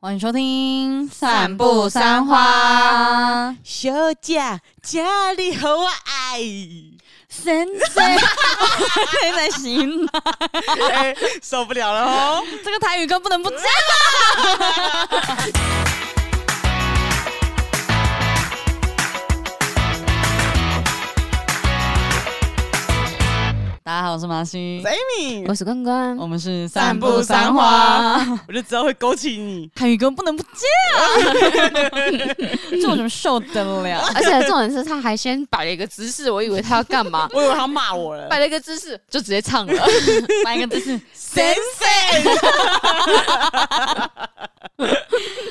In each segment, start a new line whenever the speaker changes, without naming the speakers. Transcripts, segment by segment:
欢迎收听《
散步三花》，
小姐，家里好我爱，
神 仙，现在行了，
哎受不了了哦！
这个台语歌不能不讲。 大家好，我是麻西，
，Amy，
我是关关，
我们是
散步三花。我就知道会勾起你。，
台语歌不能不 讲，这我怎么受得了？
而且重点是他还先摆了一个姿势，我以为他要干嘛
我以为他骂我了
摆，了一个姿势就直接 唱了。
来一个就是
神仙，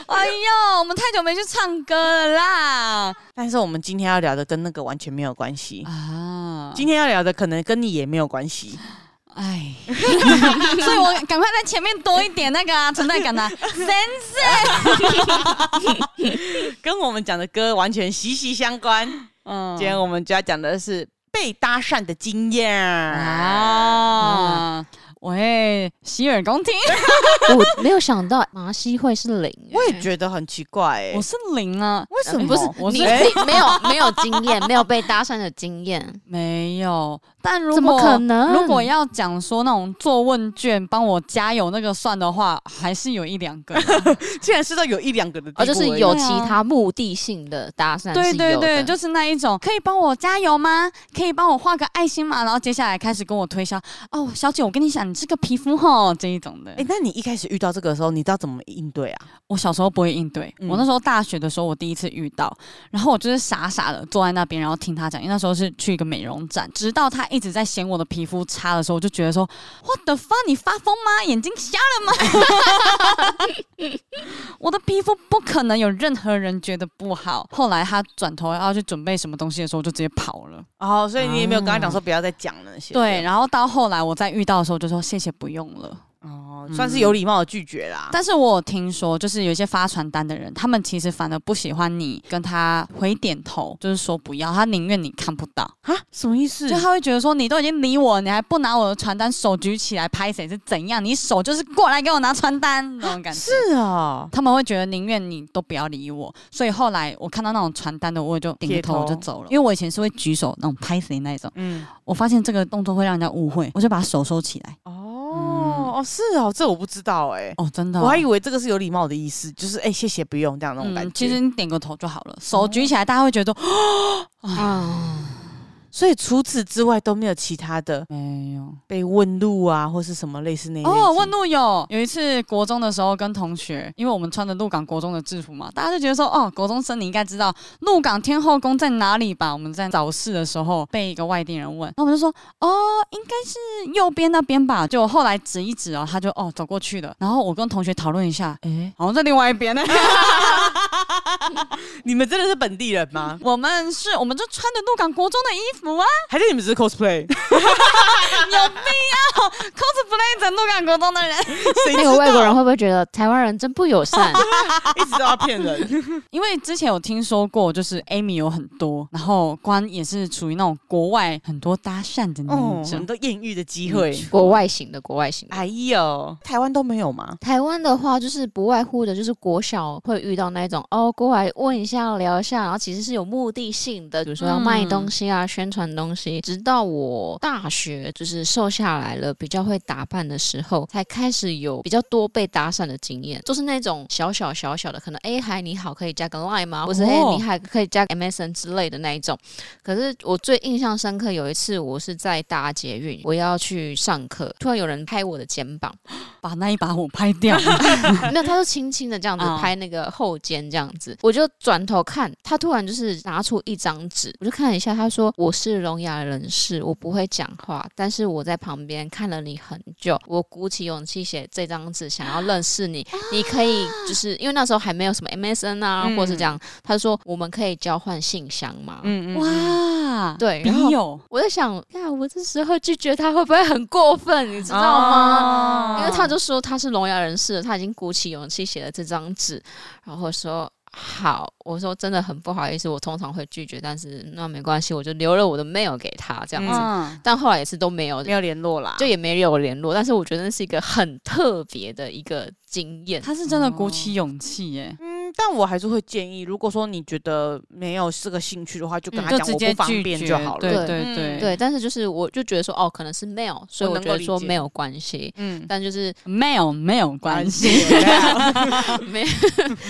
哎呦，我们太久没去唱歌了啦！
但是我们今天要聊的跟那个完全没有关系，
啊，
今天要聊的可能跟你也没有关系。
哎， 所以我赶快在前面多一点那个啊存在感啊，神仙，
跟我们讲的歌完全息息相关。
嗯
今天我们就要讲的是被搭讪的经验啊。
啊，喂，洗耳恭听，
我没有想到麻西会是零、
我也觉得很奇怪、欸，
我是零啊，
为什么
不是哎
我是
你你没有没有经验，没有被搭讪的经 验，
没有，但如
怎么
果
可能？
如果要讲说那种做问卷帮我加油那个算的话，还是有一两个。
竟然是到有一两个的地步欸而
哦，
已，
就是有其他目的性的搭讪是有的，
对对对，就是那一种，可以帮我加油吗？可以帮我画个爱心吗？然后接下来开始跟我推销哦，小姐，我跟你讲，你这个皮肤吼这一种的
哎、。那你一开始遇到这个的时候，你知道怎么应对啊？
我小时候不会应对，
嗯
我那时候大学的时候，我第一次遇到，然后我就是傻傻的坐在那边，然后听他讲，因为那时候是去一个美容展，直到他一直在嫌我的皮肤差的时候，我就觉得说，What the fuck，你发疯吗？眼睛瞎了 吗？我的皮肤不可能有任何人觉得不好。后来他转头要去准备什么东西的时候，我就直接跑了。
哦，所以你也没有跟他讲说不要再讲那些。
对，，然后到后来我再遇到的时候，就说谢谢，不用了。
哦，
嗯
算是有礼貌的拒绝啦。
但是我有听说，就是有一些发传单的人，他们其实反而不喜欢你跟他回点头，就是说不要，他宁愿你看不到，
啊，什么意思
就他会觉得说你都已经理我，你还不拿我的传单，手举起来拍谁是怎样？你手就是过来给我拿传单那种感觉。
是啊、
他们会觉得宁愿你都不要理我，所以后来我看到那种传单的，我也就点个
撇
头
头
我就走了，因为我以前是会举手那种拍谁那种，
嗯，
我发现这个动作会让人家误会，我就把手收起来。
哦，哦，是哦，这我不知道哎、
哦，真的哦、
我还以为这个是有礼貌的意思，就是哎、谢谢不用这样那种感觉。
嗯其实你点个头就好了，手举起来，大家会觉得
啊，
所以除此之外都没有其他的
没有。
被问路啊，或是什么类似那一类型
哦，问路有有一次国中的时候跟同学，因为我们穿着鹿港国中的制服嘛，大家就觉得说，哦，国中生你应该知道鹿港天后宫在哪里吧？我们在早市的时候被一个外地人问，那我们就说，哦，应该是右边那边吧。就后来指一指哦，他就哦走过去了。然后我跟同学讨论一下，诶，好像在另外一边呢。
你们真的是本地人吗？
我们是我们就穿着鹿港国中的衣服啊
还是你们只是 cosplay？
，cosplay 成鹿港国中的人。
谁
那
知
个
道
外国人会不会觉得台湾人真不友 善？
一直都要骗人？
因为之前有听说过，就是 Amy 有很多，然后关也是处于那种国外很多搭讪的那一
哦，很
种。
多艳遇的机会。
国外型的，国外型的。
哎呦，嗯台湾都没有吗？
台湾的话，就是不外乎的，就是国小会遇到那种哦，过来问一下、聊一下，然后其实是有目的性的，比如说要卖东西啊、宣传东西。直到我大学就是瘦下来了，比较会打扮的时候，才开始有比较多被搭讪的经验，就是那种小小小小的，可能哎嗨你好，可以加个 line 吗？或是
哦
哎你还可以加个 MSN 之类的那一种。可是我最印象深刻有一次，我是在搭捷运，我要去上课，突然有人拍我的肩膀。
把那一把火拍掉，
嗯 没有，他就轻轻的这样子
嗯
拍那个后肩，这样子，我就转头看，他突然就是拿出一张纸，我就看了一下，他说我是聋哑人士，我不会讲话，但是我在旁边看了你很久，我鼓起勇气写这张纸，想要认识你，你可以就是因为那时候还没有什么 MSN 啊，
啊嗯
或是这样，他说我们可以交换信箱嘛，
嗯
哇，
对，然
笔
后
友
我在想，呀，我这时候拒绝他会不会很过分，你知道吗？因为他就说他是聋哑人士，他已经鼓起勇气写了这张纸，然后说好，我说真的很不好意思，我通常会拒绝，但是那没关系，我就留了我的 mail 给他这样子。
嗯，
但后来也是都没有，
没有联络啦，
就也没有联络。但是我觉得那是一个很特别的一个经验。
他是真的鼓起勇气耶，
嗯，但我还是会建议，如果说你觉得没有这个兴趣的话，就跟
嗯
他
就
讲
直
我
接
不方
拒
便
绝
就好了。
对
对
对
嗯
对
对，但是就是我就觉得说，哦，可能是没有，所以
我
我
能
觉
够
得
理
说
解
没有关系。
嗯，
但就是
没
哦
有没有关系，
没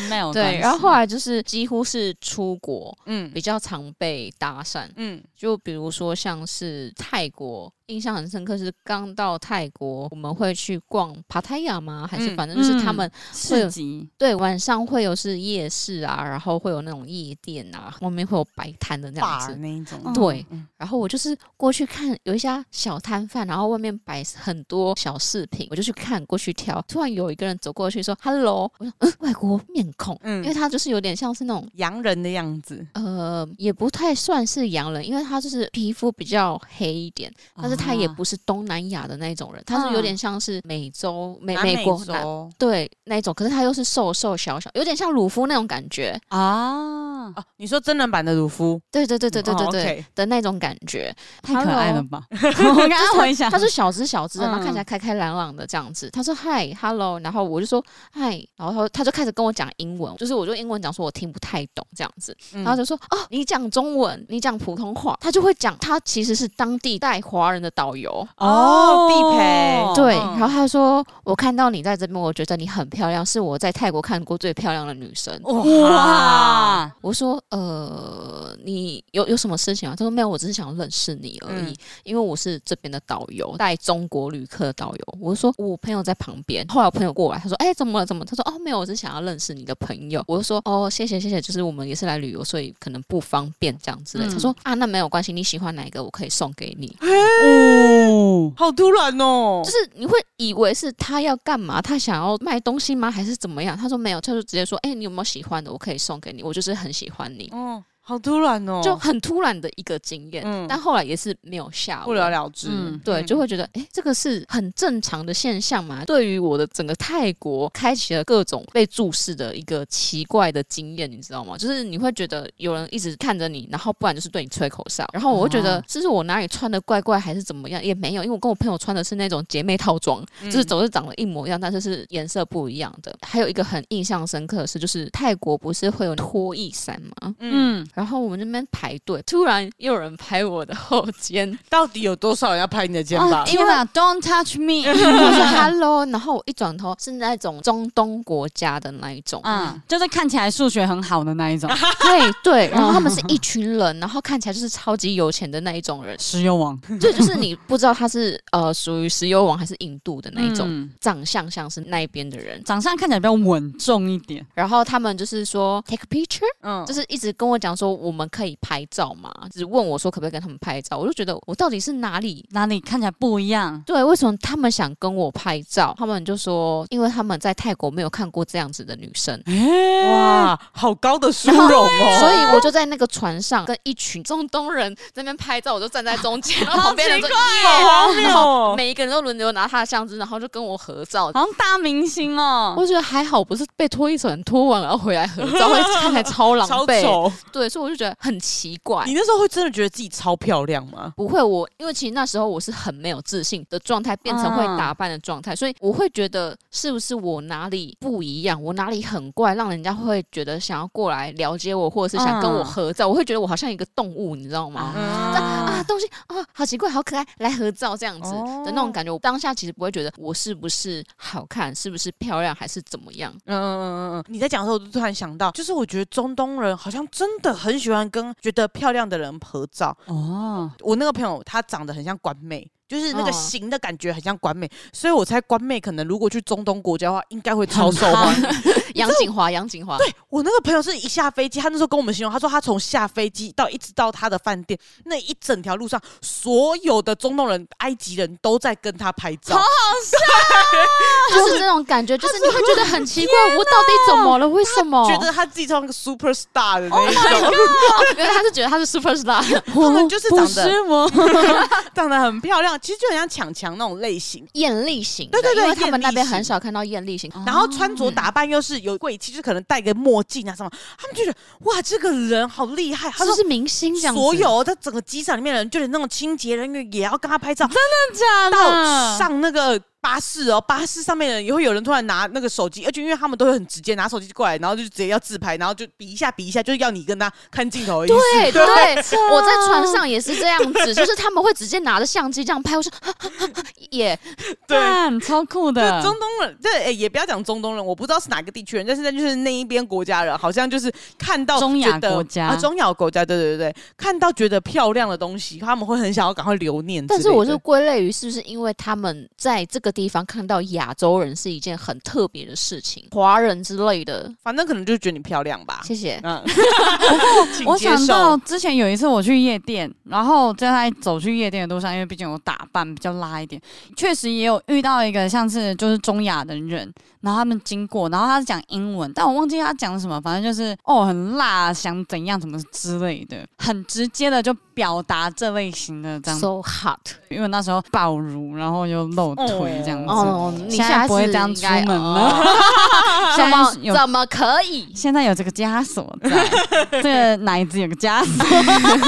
没有关
对，
系
然后后来就是几乎是出国
嗯
比较常被搭讪，
嗯
就比如说像是泰国，印象很深刻是刚到泰国，我们会去逛帕泰亚吗？还是
嗯
反正就是他
嗯
们、
市集
对晚上会有是夜市啊，然后会有那种夜店啊，外面会有摆摊的那样
，bar
子。
那一种，
嗯
对
嗯，
然后我就是过去看有一家小摊贩，然后外面摆很多小饰品，我就去看过去挑。突然有一个人走过去说 “hello”，我说嗯，外国面孔，
嗯
因为他就是有点像是那种
洋人的样子，
呃，也不太算是洋人，因为他就是皮肤比较黑一点，但是他也
啊
啊
不是东南亚的那一种人，他是有点像是美洲、美
嗯南
美国南
洲
对那一种，可是他又是瘦瘦小小，有点像鲁夫那种感觉。
啊，
啊，你说真人版的鲁夫，
对对对对对
哦
对对、
，OK
的那种感觉，
太可爱了
Hello
吧！ 我刚刚回想，
他是小只小只
嗯
的，然后看起来开开朗朗的这样子。他说嗨，hello，然后我就说嗨，然后他他就开始跟我讲英文，就是我就英文讲说我听不太懂这样子，
嗯
然后就说哦，你讲中文，你讲普通话，他就会讲他其实是当地带华人的导游。
哦地陪
哦
对，
嗯
然后他说：“我看到你在这边，我觉得你很漂亮，是我在泰国看过最漂亮的女生。
哦哇，
哇，
我说：“呃，你有有什么事情啊？”他说：“没有，我只是想认识你而已，
嗯
因为我是这边的导游，带中国旅客的导游。”我说：“我朋友在旁边。”后来我朋友过来，他说：“哎、怎么了？怎么了？”他说：“哦，没有，我只是想要认识你的朋友。”我就说：“哦，谢谢，谢谢，就是我们也是来旅游，所以可能不方便这样之类。
嗯
他说：“啊，那没有关系，你喜欢哪一个，我可以送给你。”
哦，
好突然哦
就，是你会以为是他要干嘛？他想要卖东西吗？还是怎么样？他说没有，他就直接说：“哎、你有没有喜欢的？我可以送给你，我就是很喜欢你。
哦，好突然哦，
就很突然的一个经验，
嗯
但后来也是没有下文
不了。了之
嗯，
对，
嗯
就会觉得，哎、这个是很正常的现象嘛。对于我的整个泰国，开启了各种被注视的一个奇怪的经验，你知道吗？就是你会觉得有人一直看着你，然后不然就是对你吹口哨，然后我会觉
哦
得，
啊
这是我哪里穿的怪怪，还是怎么样？也没有，因为我跟我朋友穿的是那种姐妹套装，就是
嗯
总是长得一模一样，但是是颜色不一样的。还有一个很印象深刻的是，就是泰国不是会有脱衣伞吗？
嗯，
嗯，
然后我们那边排队，突然又有人拍我的后肩，
到底有多少人要拍你的
嗯
肩
啊
膀？
天哪，Don't touch me！
我说 “hello”，然后我一转头是那种中东国家的那一种，
啊，就是看起来数学很好的那一种，
对 对，然后他们是一群人，然后看起来就是超级有钱的那 一种人，
石油王
对，就是你不知道他是呃属于石油王还是印度的那一种，
嗯
长相像是那一边的人，
长相看起来比较稳重一点，
然后他们就是说 “take a picture”。
哦
嗯
就是一直跟我讲说我们可以拍照嘛，只问我说可不可以跟他们拍照，我就觉得我到底是哪里？
哪里看起来不一样？
对，为什么他们想跟我拍照？他们就说，因为他们在泰国没有看过这样子的女生，
哇，好高的殊荣哦，
所以我就在那个船上跟一群中东人在那边拍照，我就站在 中间，然后旁边人就
好荒
然
谬
后
哦。
每一个人都轮流拿他的相机，然后就跟我合照。
好像大明星哦，
我觉得还好，不是被脱衣绳脱完然后回来合照，会看起来超狼
超
狈。
丑，
对，所以我就觉得很奇怪。
你那时候会真的觉得自己超漂亮吗？
不会，我因为其实那时候我是很没有自信的状态，变成会打扮的状
嗯
态，所以我会觉得是不是我哪里不一样，我哪里很怪，让人家会觉得想要过来了解我，或者是想跟我合照，我会觉得我好像一个动物，你知道吗？
嗯
这样啊，东西啊，好奇怪，好可爱，来合照这样子
哦
的那种感觉。我当下其实不会觉得我是不是好看，是不是漂亮，还是怎么样。
嗯嗯嗯嗯，你在讲的时候，我就突然想到，就是我觉得中东人好像真的很喜欢跟觉得漂亮的人合照。
哦，
我那个朋友她长得很像官妹，就是那个
嗯
型的感觉很像官妹，所以我猜官妹可能如果去中东国家的话，应该会超受欢迎。
杨景华，杨景华，
我那个朋友是一下飞机，他那时候跟我们形容，他说他从下飞机到一直到他的饭店那一整条路上，所有的中东人、埃及人都在跟他拍 照。
就是那种感觉，就是你会觉得很奇怪，我到底怎么了？为什么？
觉得他自己像个 super star 的那一
Oh
种，
原来他是觉得他是 super star，
他
们哦就是长得
我，
长得很漂亮，其实就很像强强那种类型。
哦艳丽型的，
对对对
因为他们那
艳丽
边
型哦
很少看到艳丽型。
然后穿着打扮又是有贵气，就是可能戴个墨镜啊什么，他们就觉得哇，这个人好厉害。他
这
说
是明星这样子，
所有在整个机场里面的人，就连那种清洁人员也要跟他拍照。
真的假
到
的？
上那个巴士哦，巴士上面的人也会有人突然拿那个手机，而且因为他们都会很直接拿手机过来，然后就直接要自拍，然后就比一下比一下，就是要你跟他看镜头而已。
对对，我在船上也是这样子，就是他们会直接拿着相机这样拍，我说 也
对
干超酷
对
的，
中东人，对、诶也不要讲中东人，我不知道是哪个地区人，但是那就是那一边国家人，好像就是看到
中亚
觉得
国家
啊，中亚国家，对对对对，看到觉得漂亮的东西，他们会很想要赶快留念之类
但
的。
是我是归类于是不是因为他们在这个地方看到亚洲人是一件很特别的事情， 啊华人之类的。
反正可能就是觉得你漂亮吧。
谢谢。
嗯，请
我
接
想
受
到之前有一次我去夜店，然后在走去夜店的路上，因为毕竟我打扮比较拉一点，确实也有遇到一个像是就是中亚的人，然后他们经过，然后他是讲英文，但我忘记他讲什么，反正就是哦很辣，想怎样怎么之类的，很直接的就表达这类型的这样，
So hot
因为那时候爆乳，然后又露腿这样子。
哦，你
现在
下
不会
次
这样
应
出
该
门了
哦
现
啊
怎
在
么
有
怎么可以？
现在有这个枷锁 在，这个奶子有个枷锁，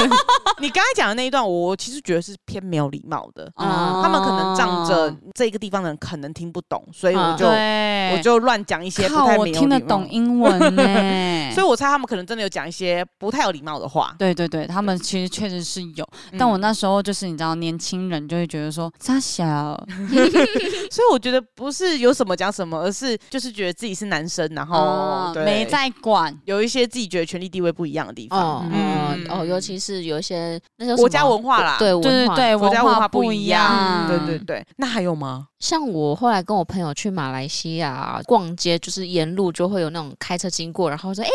你刚才讲的那一段，我其实觉得是偏没有礼貌的。
嗯
他们可能仗着
哦啊
这个地方的人可能听不懂，所以我
嗯
就、
对
我就乱讲一些不
靠，
太
我
没有
听得
礼貌
懂。英 文呢、
所以我猜他们可能真的有讲一些不太有礼貌的话。
对对对，他们其实确实是有，但
嗯
我那时候就是你知道，年轻人就会觉得说傻小，
所以我觉得不是有什么讲什么，而是就是觉得自己是男生，然后、
哦，
对
没在管，
有一些自己觉得权力地位不一样的地方。
哦
嗯
哦，尤其是有一些那叫
国
什
家
么
文化啦
对
对嗯对
文化
对，
国家文
化
化不
一
一样，
样，
对对对。那还有吗？
像我后来跟我朋友去马来西亚逛街，就是沿路就会有那种开车经过，然后说：“哎、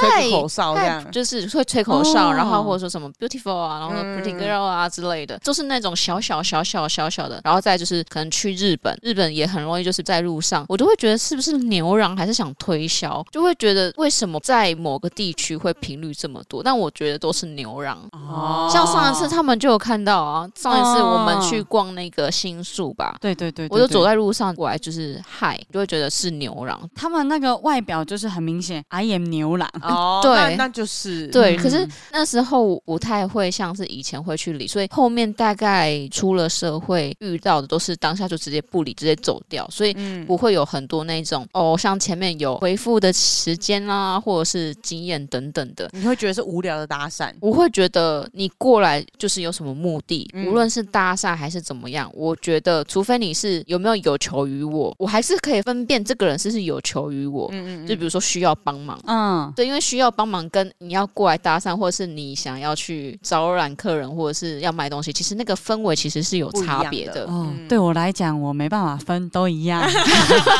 吹个
嗨
口哨这
嗨
样，
就是会吹口哨，
哦
然后或者说什么 beautiful 啊，然后说 pretty
嗯
girl 啊之类的，就是那种小小小小小小的。然后再就是可能去日本，日本也很容易就是在路上，我都会觉得是不是牛郎还是想推销，就会觉得为什么在某个地区会频率这么多？但我觉得都是牛郎。
哦
像上一次他们就有看到啊，上一次我们
哦
去逛那个新宿吧，
对对对，
我就
对
走。在路上过来，就是嗨，就会觉得是牛郎。
他们那个外表就是很明显，I am 牛郎，
哦，
对
那那就是
对，
嗯
可是那时候我不太会像是以前会去理，所以后面大概出了社会遇到的都是当下就直接不理，直接走掉，所以
嗯
不会有很多那种哦，像前面有回复的时间啦、或者是经验等等的。
你会觉得是无聊的搭讪。
我会觉得你过来就是有什么目的，
嗯
无论是搭讪还是怎么样，我觉得除非你是有没有有求于我，我还是可以分辨这个人是不是有求于我。
嗯
就比如说需要帮忙，
呃
嗯，
对，因为需要帮忙，跟你要过来搭讪，或者是你想要去招揽客人，或者是要卖东西，其实那个氛围其实是有
不一
差
样
别
的
的。
哦，
嗯
对我来讲，我没办法分，都一样，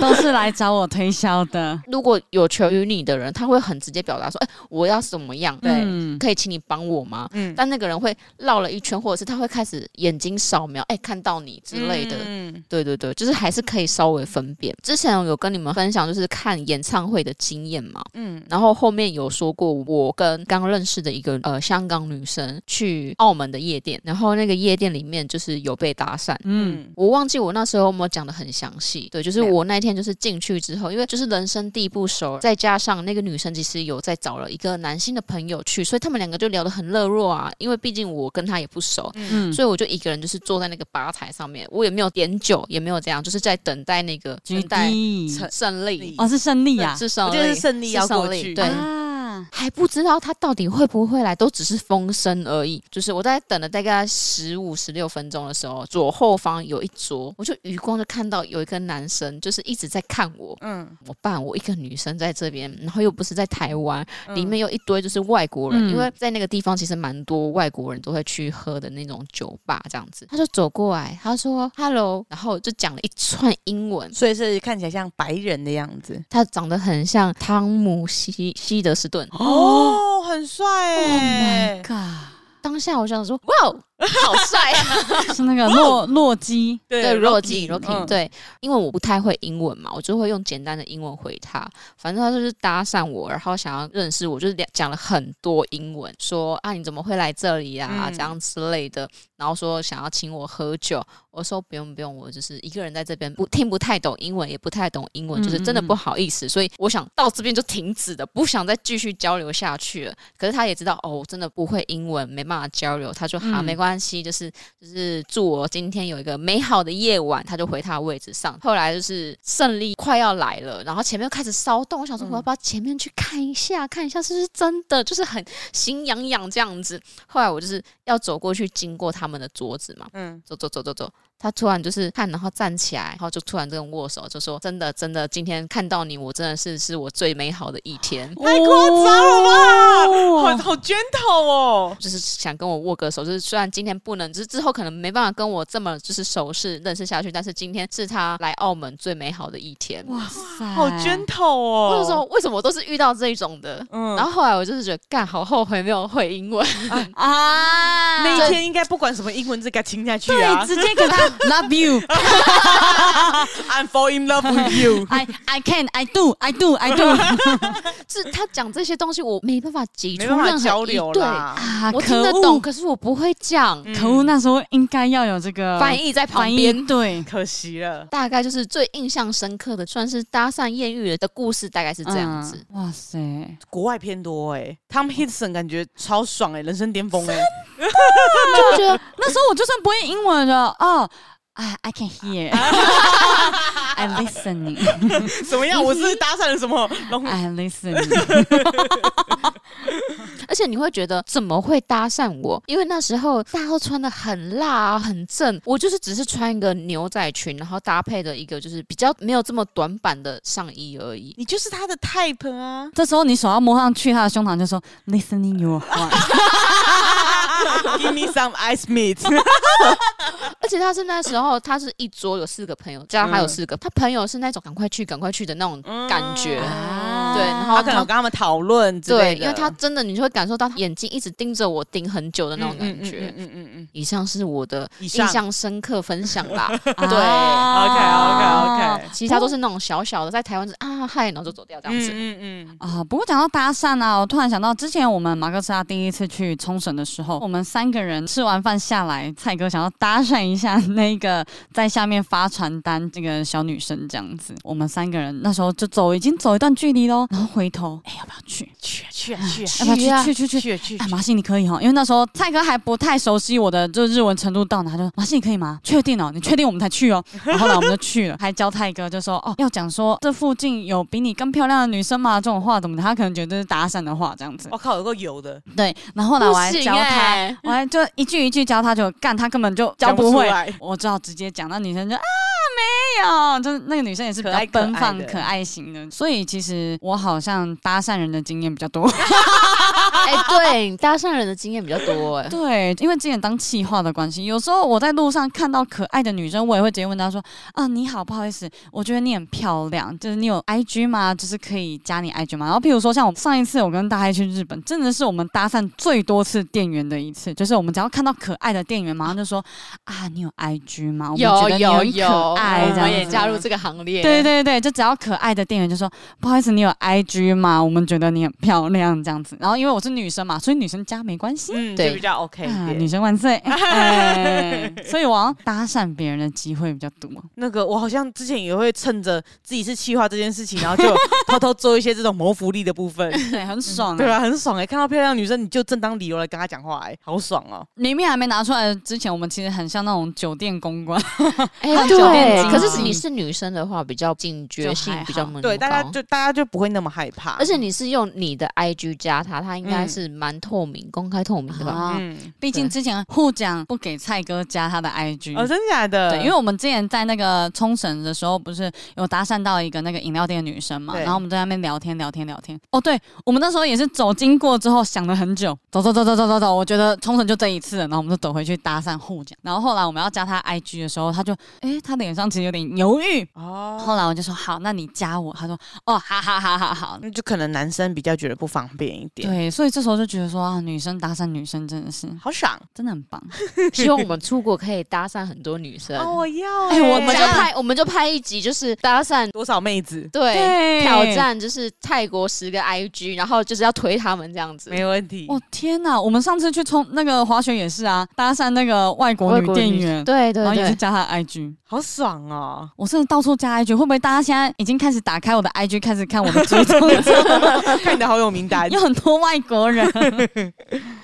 都是来找我推销的，
如果有求于你的人，他会很直接表达说：“哎、我要怎么样？
对
嗯
可以请你帮我吗？”
嗯
但那个人会绕了一圈，或者是他会开始眼睛扫描，哎、看到你之类的。
嗯，
对对对，就是还是可以稍微分辨。之前有跟你们分享就是看演唱会的经验嘛，
嗯
嗯，然后后面有说过，我跟刚认识的一个呃香港女生去澳门的夜店，然后那个夜店里面就是有被搭讪。
嗯，
嗯
我忘记我那时候有没有讲的很详细，对，就是
没有
我那天就是进去之后，因为就是人生地不熟，再加上那个女生其实有在找了一个男性的朋友去，所以他们两个就聊得很热络啊，因为毕竟我跟她也不熟，
嗯，
所以我就一个人就是坐在那个吧台上面，我也没有点酒，也没有这样，就是在等待那个
举
等待
例
胜胜利，
哦，是胜利呀，
是
啊我
胜
觉得
利，
是胜利要过
胜利
去，
对
啊，
还不知道他到底会不会来，都只是风声而已。就是我在等了大概十五、十六分钟的时候，左后方有一桌，我就余光就看到有一个男生，就是一直在看我。
嗯，
我爸，我一个女生在这边，然后又不是在台湾，
嗯
里面有一堆就是外国人，
嗯
因为在那个地方其实蛮多外国人都会去喝的那种酒吧这样子。他就走过来，他说 “hello”，然后就讲了一串英文。
所以是看起来像白人的样子
他长得很像汤姆希希德斯顿。
哦，很帅
Oh my
哎，
god！
当下我想说，哇哦，好帅 啊！
是那个
哦
洛洛基，
对，若即
Rocky，
若 k
嗯
对，因为我不太会英文嘛，我就会用简单的英文回他。反正他就是搭讪我，然后想要认识我，就是讲讲了很多英文，说啊你怎么会来这里啊，
嗯
这样之类的。然后说想要请我喝酒，我说不用不用，我就是一个人在这边，不听不太懂英文，也不太懂英文，就是
嗯
真的不好意思，所以我想到这边就停止了，不想再继续交流下去了。可是他也知道哦，我真的不会英文，没办法交流，他说好，
嗯
没关系，就是就是祝我今天有一个美好的夜晚，他就回他的位置上。后来就是胜利快要来了，然后前面又开始骚动，我想说我要不要前面去看一下，看一下是不是真的，就是很心痒痒这样子。后来我就是要走过去，经过他们的桌子嘛，
嗯，
走走走走走，他突然就是看，然后站起来，然后就突然这样握手，就说真的真的，今天看到你，我真的是是我最美好的一天。
太夸张了吧，好
哦
好 gentle 哦，
就是想跟我握个手，就是虽然今天不能，就是之后可能没办法跟我这么就是熟识认识下去，但是今天是他来澳门最美好的一天。
哇塞，
好 gentle 哦，
或者说，为什么我都是遇到这一种的？
嗯
然后后来我就是觉得，干好后悔没有会英文，
啊！
那一天应该不管什么英文字，给他亲下去啊
对，直接给他 love you。
！I'm fall in love with you。
I I can I do I do I do
是他讲这些东西我没办法挤出
没办法
任何
交
一
流
对，
啦
啊！
我听
可
得
恶
懂，，可是我不会讲。
嗯
可恶！那时候应该要有这个
翻译在旁
翻
边
译，对，
可惜了，
大概就是最印象深刻的，算是搭讪艳遇的故事，大概是这样子。
嗯。哇塞，
国外偏多哎。Tom Hiddleston 感觉超爽哎，人生巅峰哎。
就觉得
那时候我就算不会英文了哦。I I can hear, I listening,
怎么样？我是搭讪了什么龙？
I listening。
而且你会觉得怎么会搭讪我？因为那时候大家都穿的很辣、啊、很正，我就是只是穿一个牛仔裙，然后搭配的一个就是比较没有这么短版的上衣而已。
你就是他的 type 啊！
这时候你手要摸上去他的胸膛，就说 Listening your heart。
Give me some ice meat。
而且他是那时候他是一桌有四个朋友，加上他
嗯
有四个，他朋友是那种赶快去、赶快去的那种感觉。
啊
对，然后
嗯他可能有
他
跟他们讨论之
对，
类的，
因为他真的你就会感受到他眼睛一直盯着我盯很久的那种
嗯
感觉。
嗯嗯嗯嗯
以上是我的
以
印
上
象深刻分享啦，
对
啊 OK，OK，OK
其他都是那种小小的，在台湾是啊嗨，然后就走掉这样
嗯
子。
嗯嗯
啊、不过讲到搭讪啊，我突然想到之前我们马克思他第一次去冲绳的时候，我们三个人吃完饭下来，蔡哥想要搭讪一下那个在下面发传单这个小女生这样子，我们三个人那时候就走已经走一段距离喽，然后回头，哎、要不要去？
去啊去啊去啊
要不
去啊
要去？去去去！
去啊去
哎，马信你可以哈，因为那时候蔡哥还不太熟悉我的就是日文程度到哪，他就马信你可以吗？确定哦，你确定我们才去哦。然后后来我们就去 了，还教蔡哥就说哦，要讲说这附近有比你更漂亮的女生吗？这种话怎么的？他可能觉得这是搭讪的话这样子。
我靠，有个油的，
对，然后后来我还教
不行
他，
欸
我还就一句一句教他，就干他根本就教不
出
会，
来
我只好直接讲，那女生就啊没有，就是那个女生也是比
可
较
爱可
奔放
爱的
可爱型的，所以其实我好像搭讪人的经验比较多。
哎、对你搭讪人的经验比较多 哎、
对，因为之前当气话的关系，有时候我在路上看到可爱的女生，我也会直接问她说：“啊，你好，不好意思，我觉得你很漂亮，就是你有 IG 吗？就是可以加你 IG 吗？”然后譬如说，像我上一次我跟大黑去日本，真的是我们搭讪最多次店员的一次，就是我们只要看到可爱的店员，马上就说：“啊，你有 IG 吗？”我们觉得你很可爱，
我
这样
们
子
也加入这个行列。
对对对，就只要可爱的店员就说不好意思，你有 IG 吗？我们觉得你很漂亮这样子。然后因为我是女生嘛，所以女生加没关系。
嗯，
对
就比较 OK
啊，
一
女
点。
生万 岁！哎所以我要搭讪别人的机会比较多。
那个我好像之前也会趁着自己是气化这件事情，然后就偷偷做一些这种谋福利的部分。
对，很爽
对啊，很爽哎、看到漂亮女生你就正当理由来跟她讲话哎、好爽哦、
明明还没拿出来之前，我们其实很像那种酒店公关，
哎、
还有小电
对。
竞
可是你是女生的话，比较警觉
就
性
还好
比较没那么高
对，大家就大家就不会那么害怕，
而且你是用你的 IG 加他，他应该是蛮透明、公开透明的吧？
啊。
嗯，
毕竟之前互讲不给蔡哥加他的 IG，、
哦，真的假的？
啊
呃
对，因为我们之前在那个冲绳的时候，不是有搭讪到一个那个饮料店的女生嘛，
对
然后我们在那边聊天聊天聊天。哦，对，我们那时候也是走经过之后想了很久，走走走走走走走，我觉得冲绳就这一次了，然后我们就走回去搭讪互讲。然后后来我们要加她 IG 的时候，她就诶，她脸上其实有点犹豫。
哦，
后来我就说好，那你加我。她说哦，好好好好好。
那就可能男生比较觉得不方便一点。
对，所以这时候就觉得说啊，女生搭讪女生真的是
好爽
真的很棒。
希望我们出国可以搭讪很多女生。
哦！我要
哎、
欸
我们就拍，我们就拍一集，就是搭讪，
多少妹子？
对，
对
挑战就是泰国十个 IG，然后就是要推他们这样子。
没问题。
哦天哪！我们上次去冲那个滑雪也是啊，搭讪那个外国
外
女
国
店员，
对对
然后也是
对，
加她的 IG。
好爽 哦！
我甚至到处加 IG，会不会大家现在已经开始打开我的 IG，开始看我的追踪 者？
看你的好友名单，
有很多外国人，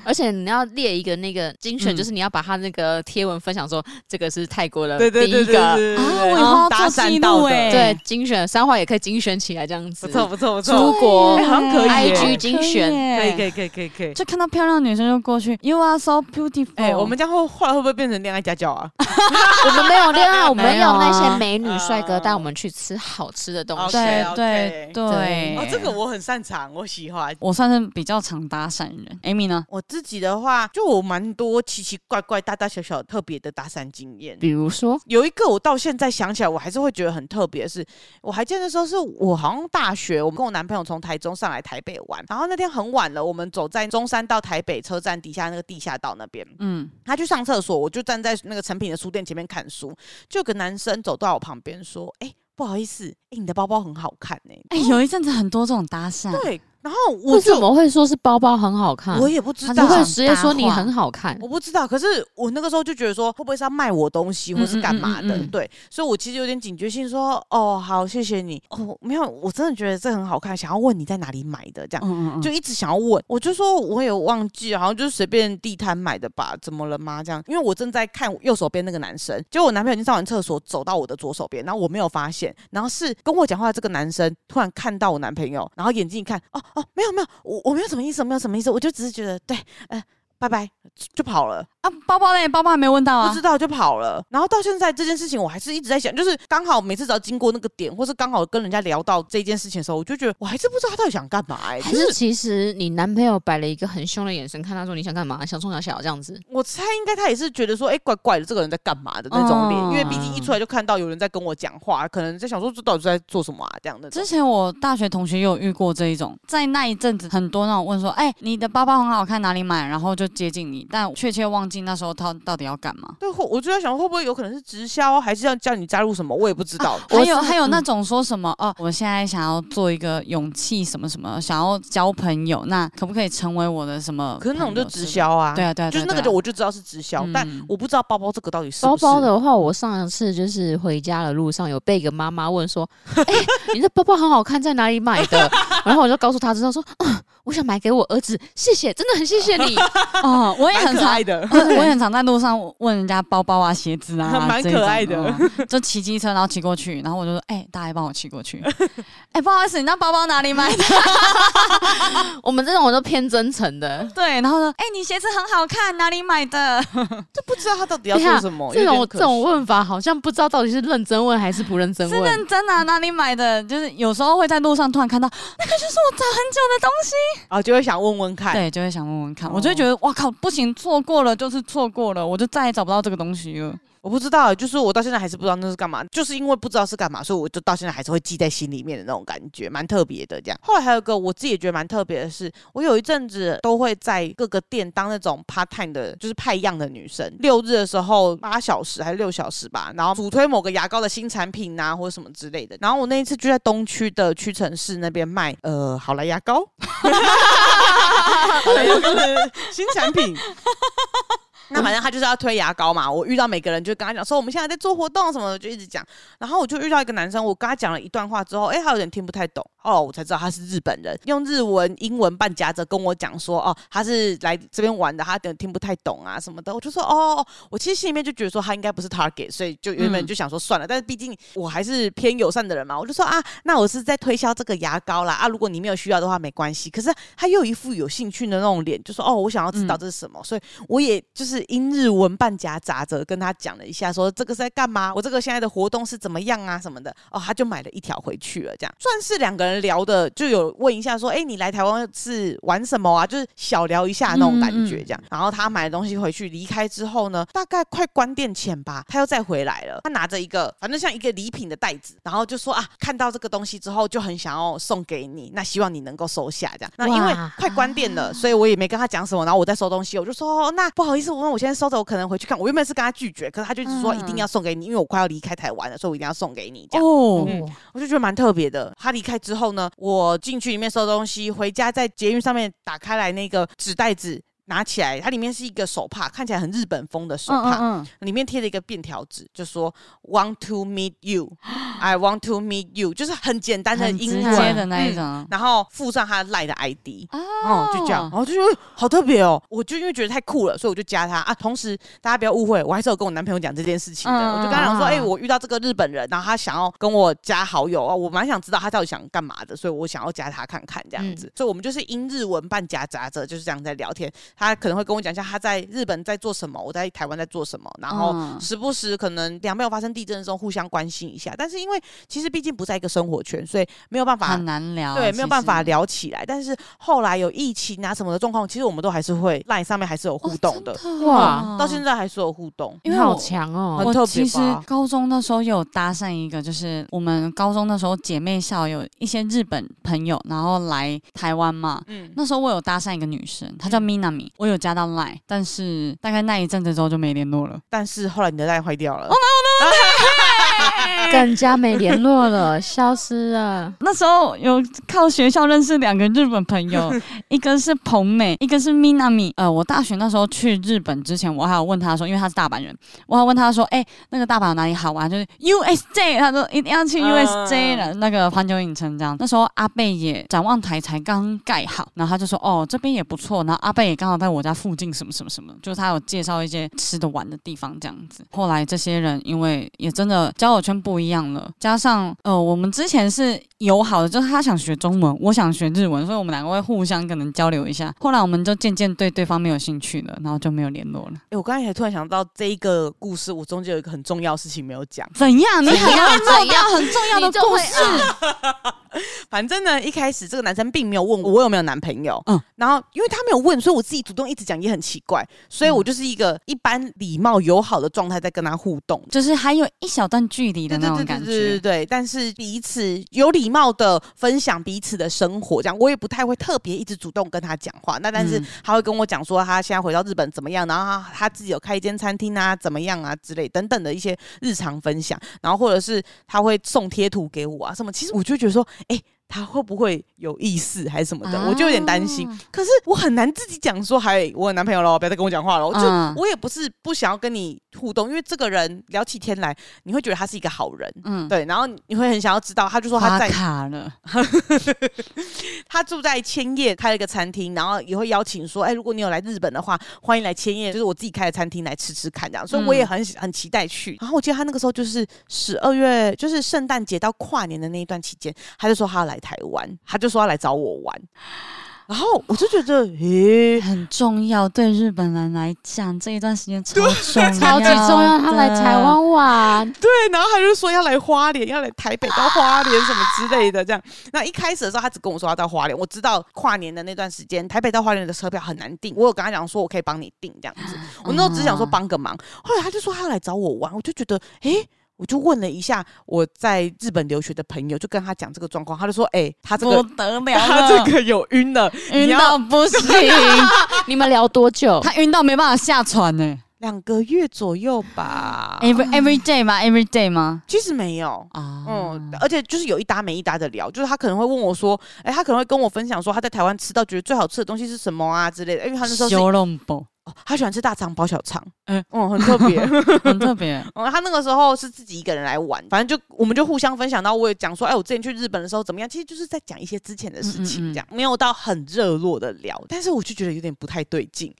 而且你要列一个那个精
嗯
选，就是你要把他那个贴文分享说这个是泰国的
对对
第
对
一
对对
个，
对对
啊
对
我以后要
搭
做
讪
记录
到的
欸
对精选三话也可以精选起来这样子
不。错不错不
出
错，
国
哎好像可以耶
IG 精选，
可以
以
可以可以可以可以。
就哦看到漂亮的女生就过去，You are so beautiful。
哎，我们这样后后来会不会变成恋爱家教啊？
哎
我们没 有恋爱，我们
没有
要
啊
那些美女帅哥
啊
带我们去吃好吃的东西。
对
OK，OK
对对
对
啊哦，这个我很擅长，我喜欢。
我算是比较常搭讪人。Amy 呢？
我自己的话，就我蛮多奇奇怪怪、大大小小特别的搭讪经验。
比如说，
有一个我到现在想起来，我还是会觉得很特别的是，我还记得那时候是我好像大学，我跟我男朋友从台中上来台北玩，然后那天很晚了，我们走在中山到台北车站底下那个地下道那边，
嗯，
他去上厕所，我就站在那个成品的书店前面看书，就有个男生走到我旁边说：“哎、不好意思，哎、你的包包很好看呢、
哎、有一阵子很多这种搭讪，
对，啊然后我
为什
就
么会说是包包很好看？
我也不知
他
道
不，会
很
直接说你
搭话
很好看，
我不知道，可是我那个时候就觉得说，会不会是要卖我东西，或是干嘛
嗯
的？
嗯嗯嗯嗯
对，所以我其实有点警觉性说，哦，好，谢谢你。哦，没有，我真的觉得这很好看，想要问你在哪里买的，这样、
嗯嗯嗯，
就一直想要问。我就说我有忘记，好像就是随便地摊买的吧，怎么了吗？这样，因为我正在看右手边那个男生，结果我男朋友已经上完厕所，走到我的左手边，然后我没有发现，然后是跟我讲话的这个男生突然看到我男朋友，然后眼睛一看，哦哦，没有没有，我我没有什么意思，没有什么意思，我就只是觉得对，呃。拜拜，就就跑了。
啊，包包嘞，包包还没问到
不
啊
知。道就跑了。然后到现在这件事情，我还是一直在想，就是刚好每次只要经过那个点，或是刚好跟人家聊到这件事情的时候，我就觉得我还是不知道他到底想干嘛、欸。
还
就是是
其实你男朋友摆了一个很凶的眼神看他说你想干嘛，想冲小小这样子？
我猜应该他也是觉得说，哎、怪怪的，这个人在干嘛的那种脸，因为毕竟一出来就看到有人在跟我讲话，可能在想说这到底是在做什么啊这样的。
之前我大学同学也有遇过这一种，在那一阵子很多那种问说，哎、你的包包很好看，哪里买？然后就接近你，但确切忘记那时候他到底要干嘛。
对，或我就在想，会不会有可能是直销，还是要叫你加入什么？我也不知道。
我
还有
是
还有
嗯
那种说什么、哦，我现在想要做一个勇气什么什么，想要交朋友，那可不可以成为我的什么
可
朋友之
是
类的？
那种就直销啊，
对啊，对啊对啊，
就是那
对
个
啊
就我就知道是直销，但
嗯
我不知道包包这个到底是
包
不是
包的话，我上一次就是回家的路上有被一个妈妈问说：“ 哎、你这包包很好看，在哪里买的？” 然后我就告诉她之后说：“嗯，我想买给我儿子，谢谢，真的很谢谢你。
哦，我也
蛮
很
可
常
爱 的。
我我也很常在路上问人家包包啊、鞋子啊，
蛮
这一种
可爱的
嗯就骑机车，然后骑过去，然后我就说：“哎、大爷帮我骑过去。哎，不好意思，你那包包哪里买的？”
我们这种人都偏真诚的，
对，然后说：“哎、你鞋子很好看，哪里买的
不知道他到底要
等一
做
下
什么。哦
这
有点
种
可
这种
惜
问法好像不知道到底是认真问还是不认真？”
是
问。
认真啊，哪里买的？就是有时候会在路上突然看到，那个就是我找很久的东西，
啊，就会想问问看。
对，就会想问问看。
哦
我就会觉得，哇靠，不行，错过了就是错过了，我就再也找不到这个东西了。
我不知道，就是我到现在还是不知道那是干嘛，就是因为不知道是干嘛，所以我就到现在还是会记在心里面的那种感觉，蛮特别的。这样，后来还有一个我自己也觉得蛮特别的是，我有一阵子都会在各个店当那种 part time 的，就是派样的女生。六日的时候八小时还是六小时吧，然后主推某个牙膏的新产品啊，或者什么之类的。然后我那一次就在东区的屈臣氏那边卖呃好来牙膏，好来牙膏的新产品。那反正他就是要推牙膏嘛，我遇到每个人就跟他讲说我们现在在做活动什么的，就一直讲。然后我就遇到一个男生，我跟他讲了一段话之后，哎，他有点听不太懂哦，我才知道他是日本人，用日文、英文半夹着跟我讲说哦，他是来这边玩的，他有点听不太懂啊什么的。我就说哦，哦我其实心里面就觉得说他应该不是 target，所以就原本
嗯
就想说算了，但是毕竟我还是偏友善的人嘛，我就说啊，那我是在推销这个牙膏啦啊，如果你没有需要的话没关系。可是他又一副有兴趣的那种脸，就说哦，我想要知道
嗯
这是什么，所以我也就是英日文半夹杂着跟他讲了一下说，这个是在干嘛，我这个现在的活动是怎么样啊什么的。哦，他就买了一条回去了，这样算是两个人能聊的就有问一下说，哎、你来台湾是玩什么啊？就是小聊一下那种感觉这样。然后他买了东西回去，离开之后呢，大概快关店前吧，他又再回来了。他拿着一个反正像一个礼品的袋子，然后就说啊，看到这个东西之后就很想要送给你，那希望你能够收下这样。那因为
哇
快关店
啊
了，所以我也没跟他讲什么。然后我在收东西，我就说、哦、那不好意思，我我现在收着，我可能回去看。我原本是跟他拒绝，可是他就一直说
嗯
一定要送给你，因为我快要离开台湾了，所以我一定要送给你这样。
哦，
嗯
哦
我就觉得蛮特别的。他离开之后呢，我进去里面收东西，回家在捷运上面打开来那个纸袋子。拿起来，它里面是一个手帕，看起来很日本风的手
嗯
帕，
嗯
里面贴了一个便条纸，就说 “want to meet you”，“I want to meet you”，就是很简单
嗯，
的
很
英
直
文
接的那一种哦
嗯然后附上他赖的 ID，
啊，
哦，就这样，然后就觉得好特别哦。我就因为觉得太酷了，所以我就加他啊。同时，大家不要误会，我还是有跟我男朋友讲这件事情的。
嗯
我就跟他讲说，
嗯
哎、
嗯
我遇到这个日本人，然后他想要跟我加好友啊，我蛮想知道他到底想干嘛的，所以我想要加他看看这样子。
嗯
所以我们就是英日文半夹杂着，就是这样在聊天。他可能会跟我讲一下他在日本在做什么，我在台湾在做什么，然后
嗯
时不时可能两边有发生地震的时候互相关心一下。但是因为其实毕竟不在一个生活圈，所以没有办法
很难聊，
对，
其
没有办法
实。
聊起来。但是后来有疫情啊什么的状况，其实我们都还是会 line 上面还是
哦
有互动的，
哇
到现在还是有互动。
因为
好
我
强哦，
很
我
特别
其实
吧
高中那时候有搭讪一个，就是我们高中那时候姐妹校有一些日本朋友，然后来台湾嘛。
嗯，
那时候我有搭讪一个女生，她叫
嗯
Minami，我有加到 Line，但是大概那一阵子之后就没联络了。
但是后来你的 line 坏
哦
掉了，
更加没联络 了，消失了。
那时候有靠学校认识两个日本朋 友，一个是彭美，一个是 Minami。呃，我大学那时候去日本之前，我还有问他说，因为他是大阪人，我还有问他说，哎、那个大阪有哪里好玩？就是 USJ，他说一定要去
嗯
USJ 了，那个环球影城这样。那时候阿贝也展望台才刚盖好，然后他就说，哦，这边也不错。然后阿贝也刚好在我家附近，什么什么什么，就是他有介绍一些吃的玩的地方这样子。后来这些人因为也真的交友圈不一样了，加上呃，我们之前是友好的，就是他想学中文，我想学日文，所以我们两个会互相可能交流一下。后来我们就渐渐对对方没有兴趣了，然后就没有联络了。
哎、我刚才也突然想到这一个故事，我中间有一个很重要的事情没有讲。
怎样？你
怎
很
样
要漏
怎
掉
样
很重要的
你就
故
会
事，
啊 反正呢，一开始这个男生并没有问我有没有男朋友，嗯
嗯，
然后因为他没有问，所以我自己主动一直讲也很奇怪，所以我就是一个一般礼貌友好的状态在跟他互动。
就是还有一小段距离的
对
那
对
种
对对
感
对对
觉。
对，但是彼此有礼貌的分享彼此的生活，这样我也不太会特别一直主动跟他讲话。那但是
嗯
他会跟我讲说他现在回到日本怎么样，然后他他自己有开一间餐厅啊，怎么样啊之类等等的一些日常分享，然后或者是他会送贴图给我啊什么，其实我就觉得说，哎、他会不会有意思还是什么的，我就有点担心。
啊
可是我很难自己讲说，还我有男朋友了，不要再跟我讲话了。我就、
嗯
我也不是不想要跟你互动，因为这个人聊起天来，你会觉得他是一个好人，
嗯，
对，然后你会很想要知道，他就说他
发
在
卡了，
他住在千叶开了一个餐厅，然后也会邀请说，哎、如果你有来日本的话，欢迎来千叶，就是我自己开的餐厅来吃吃看这样，所以我也很喜、很期待
嗯
去。然后我记得他那个时候就是十二月，就是圣诞节到跨年的那一段期间，他就说他要来台湾，他就说要来找我玩，然后我就觉得，咦、
很重要。对日本人来讲，这一段时间超重要，
超级重要，他来台。湾玩，
对， 然后他就说要来花莲，要来台北到花莲什么之类的，这样。那一开始的时候，他只跟我说要到花莲，我知道跨年的那段时间，台北到花莲的车票很难订，我有跟他讲说我可以帮你订这样 子。我那时候只想说帮个忙，后来他就说他要来找我玩，我就觉得诶。我就问了一下我在日本留学的朋友，就跟他讲这个状况，他就说：“诶，他这
不
个
得了
他
了，
这个有啊晕了，你
晕
要
到不行，
你们聊多久？
他晕到没办法下船呢、
两个月左右吧。
Every every day 吗？Every day 吗？
其实没有，
啊，
嗯，而且就是有一搭没一搭的聊，就是他可能会问我说，哎、他可能会跟我分享说他在台湾吃到觉得最好吃的东西是什么啊之类的，因为他那时候是、
修容包
哦他喜欢吃大肠包小肠，嗯
嗯，
嗯，很特别。
很特 别，
嗯，他那个时候是自己一个人来玩，反正就我们就互相分享到，我也讲说，哎、我之前去日本的时候怎么样，其实就是在讲一些之前的事情，
嗯嗯嗯
这样没有到很热络的聊，但是我就觉得有点不太对劲。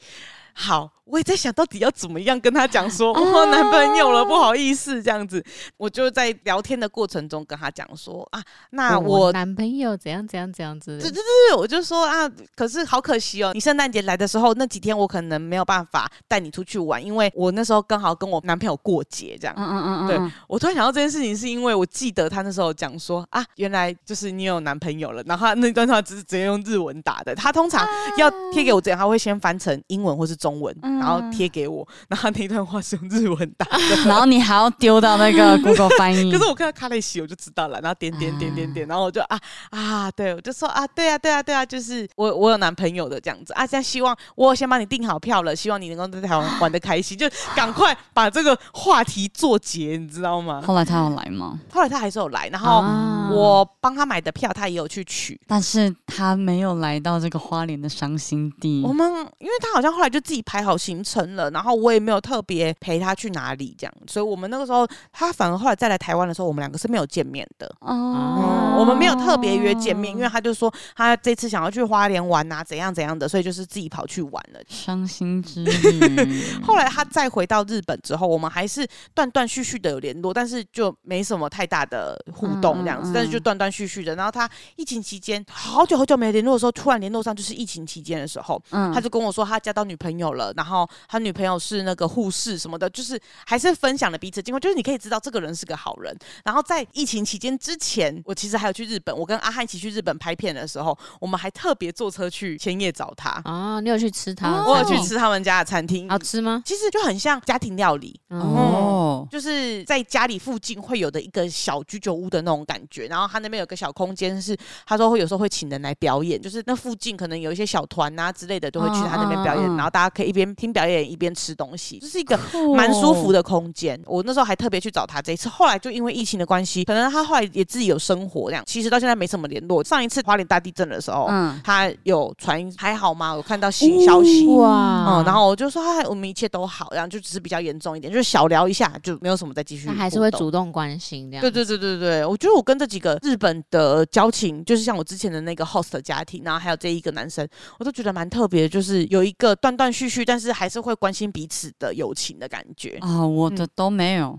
好，我也在想到底要怎么样跟他讲 说，我有男朋友了，不
哦
好意思这样子。我就在聊天的过程中跟他讲说啊，那
嗯
我
男朋友怎样怎样怎样子，
对对对，我就说啊，可是好可惜哦，你圣诞节来的时候那几天我可能没有办法带你出去玩，因为我那时候刚好跟我男朋友过节这样。
嗯嗯嗯，
对
嗯
我突然想到这件事情，是因为我记得他那时候讲说啊，原来就是你有男朋友了，然后他那段话只是直接用日文打的。他通常要贴给我之前，他会先翻成英文或是中文，然后贴给我，然后他那段话是用日文打的。
然后你还要丢到那个 Google 翻译
可，是我看到卡雷西，我就知道了，然后点点点点点，然后我就啊啊，对，我就说啊，对啊，对啊，对啊，就是我我有男朋友的这样子啊，这样希望我先帮你订好票了，希望你能够在台湾玩的开心，就赶快把这个话题做结，你知道吗？
后来他有来吗？
后来他还是有来，然后
啊
我帮他买的票，他也有去取。
但是他没有来到这个花莲的伤心地
我。们因为他好像后来就自己排好行程了，然后我也没有特别陪他去哪里这样，所以我们那个时候他反而后来再来台湾的时候，我们两个是没有见面的。
哦
嗯，我们没有特别约见面，因为他就说他这次想要去花莲玩啊，怎样怎样的，所以就是自己跑去玩了。
伤心之旅。
后来他再回到日本之后，我们还是断断续续的有联络，但是就没什么太大的互动这样
嗯嗯
子，
嗯
但是就断断续续的。然后他疫情期间好久好久没联络的时候，突然联络上，就是疫情期间的时候，
嗯
他就跟我说他交到女朋友了，然后他女朋友是那个护士什么的，就是还是分享了彼此的经过，就是你可以知道这个人是个好人。然后在疫情期间之前，我其实还有去日本，我跟阿汉一起去日本拍片的时候，我们还特别坐车去千叶找他，
啊，你有去吃它的
哦
我有
餐
去
厅，
吃他们家的餐厅
好，吃吗？
其实就很像家庭料理。
哦，
哦，
就是在家里附近会有的一个小居酒屋的那种感觉，然后他那边有个小空间是，他说会有时候会请人来表演，就是那附近可能有一些小团啊之类的都会去他那边表演，
嗯嗯嗯嗯
然后大家可以一边听表演一边吃东西，啊就是一个
哦
哦蛮舒服
的。
的空间。我那时候还特别去找他这一次，后来就因为疫情的关系，可能他后来也自己有生活这样，其实到现在没什么联络。上一次花莲大地震的时候，
嗯，
他有传还好吗？我看到新消息。
哦哇
嗯，然后我就说，哎，我们一切都好，然后就只是比较严重一点，就是小聊一下，就没有什么再继续。
那还是会。主动关心这样。
对对对对对，我觉得我跟这几个日本的交情，就是像我之前的那个 host 的家庭，然后还有这一个男生，我都觉得蛮特别的，就是有一个断断续续，但是还是会关心彼此的友情的感觉。
啊，我的都没有。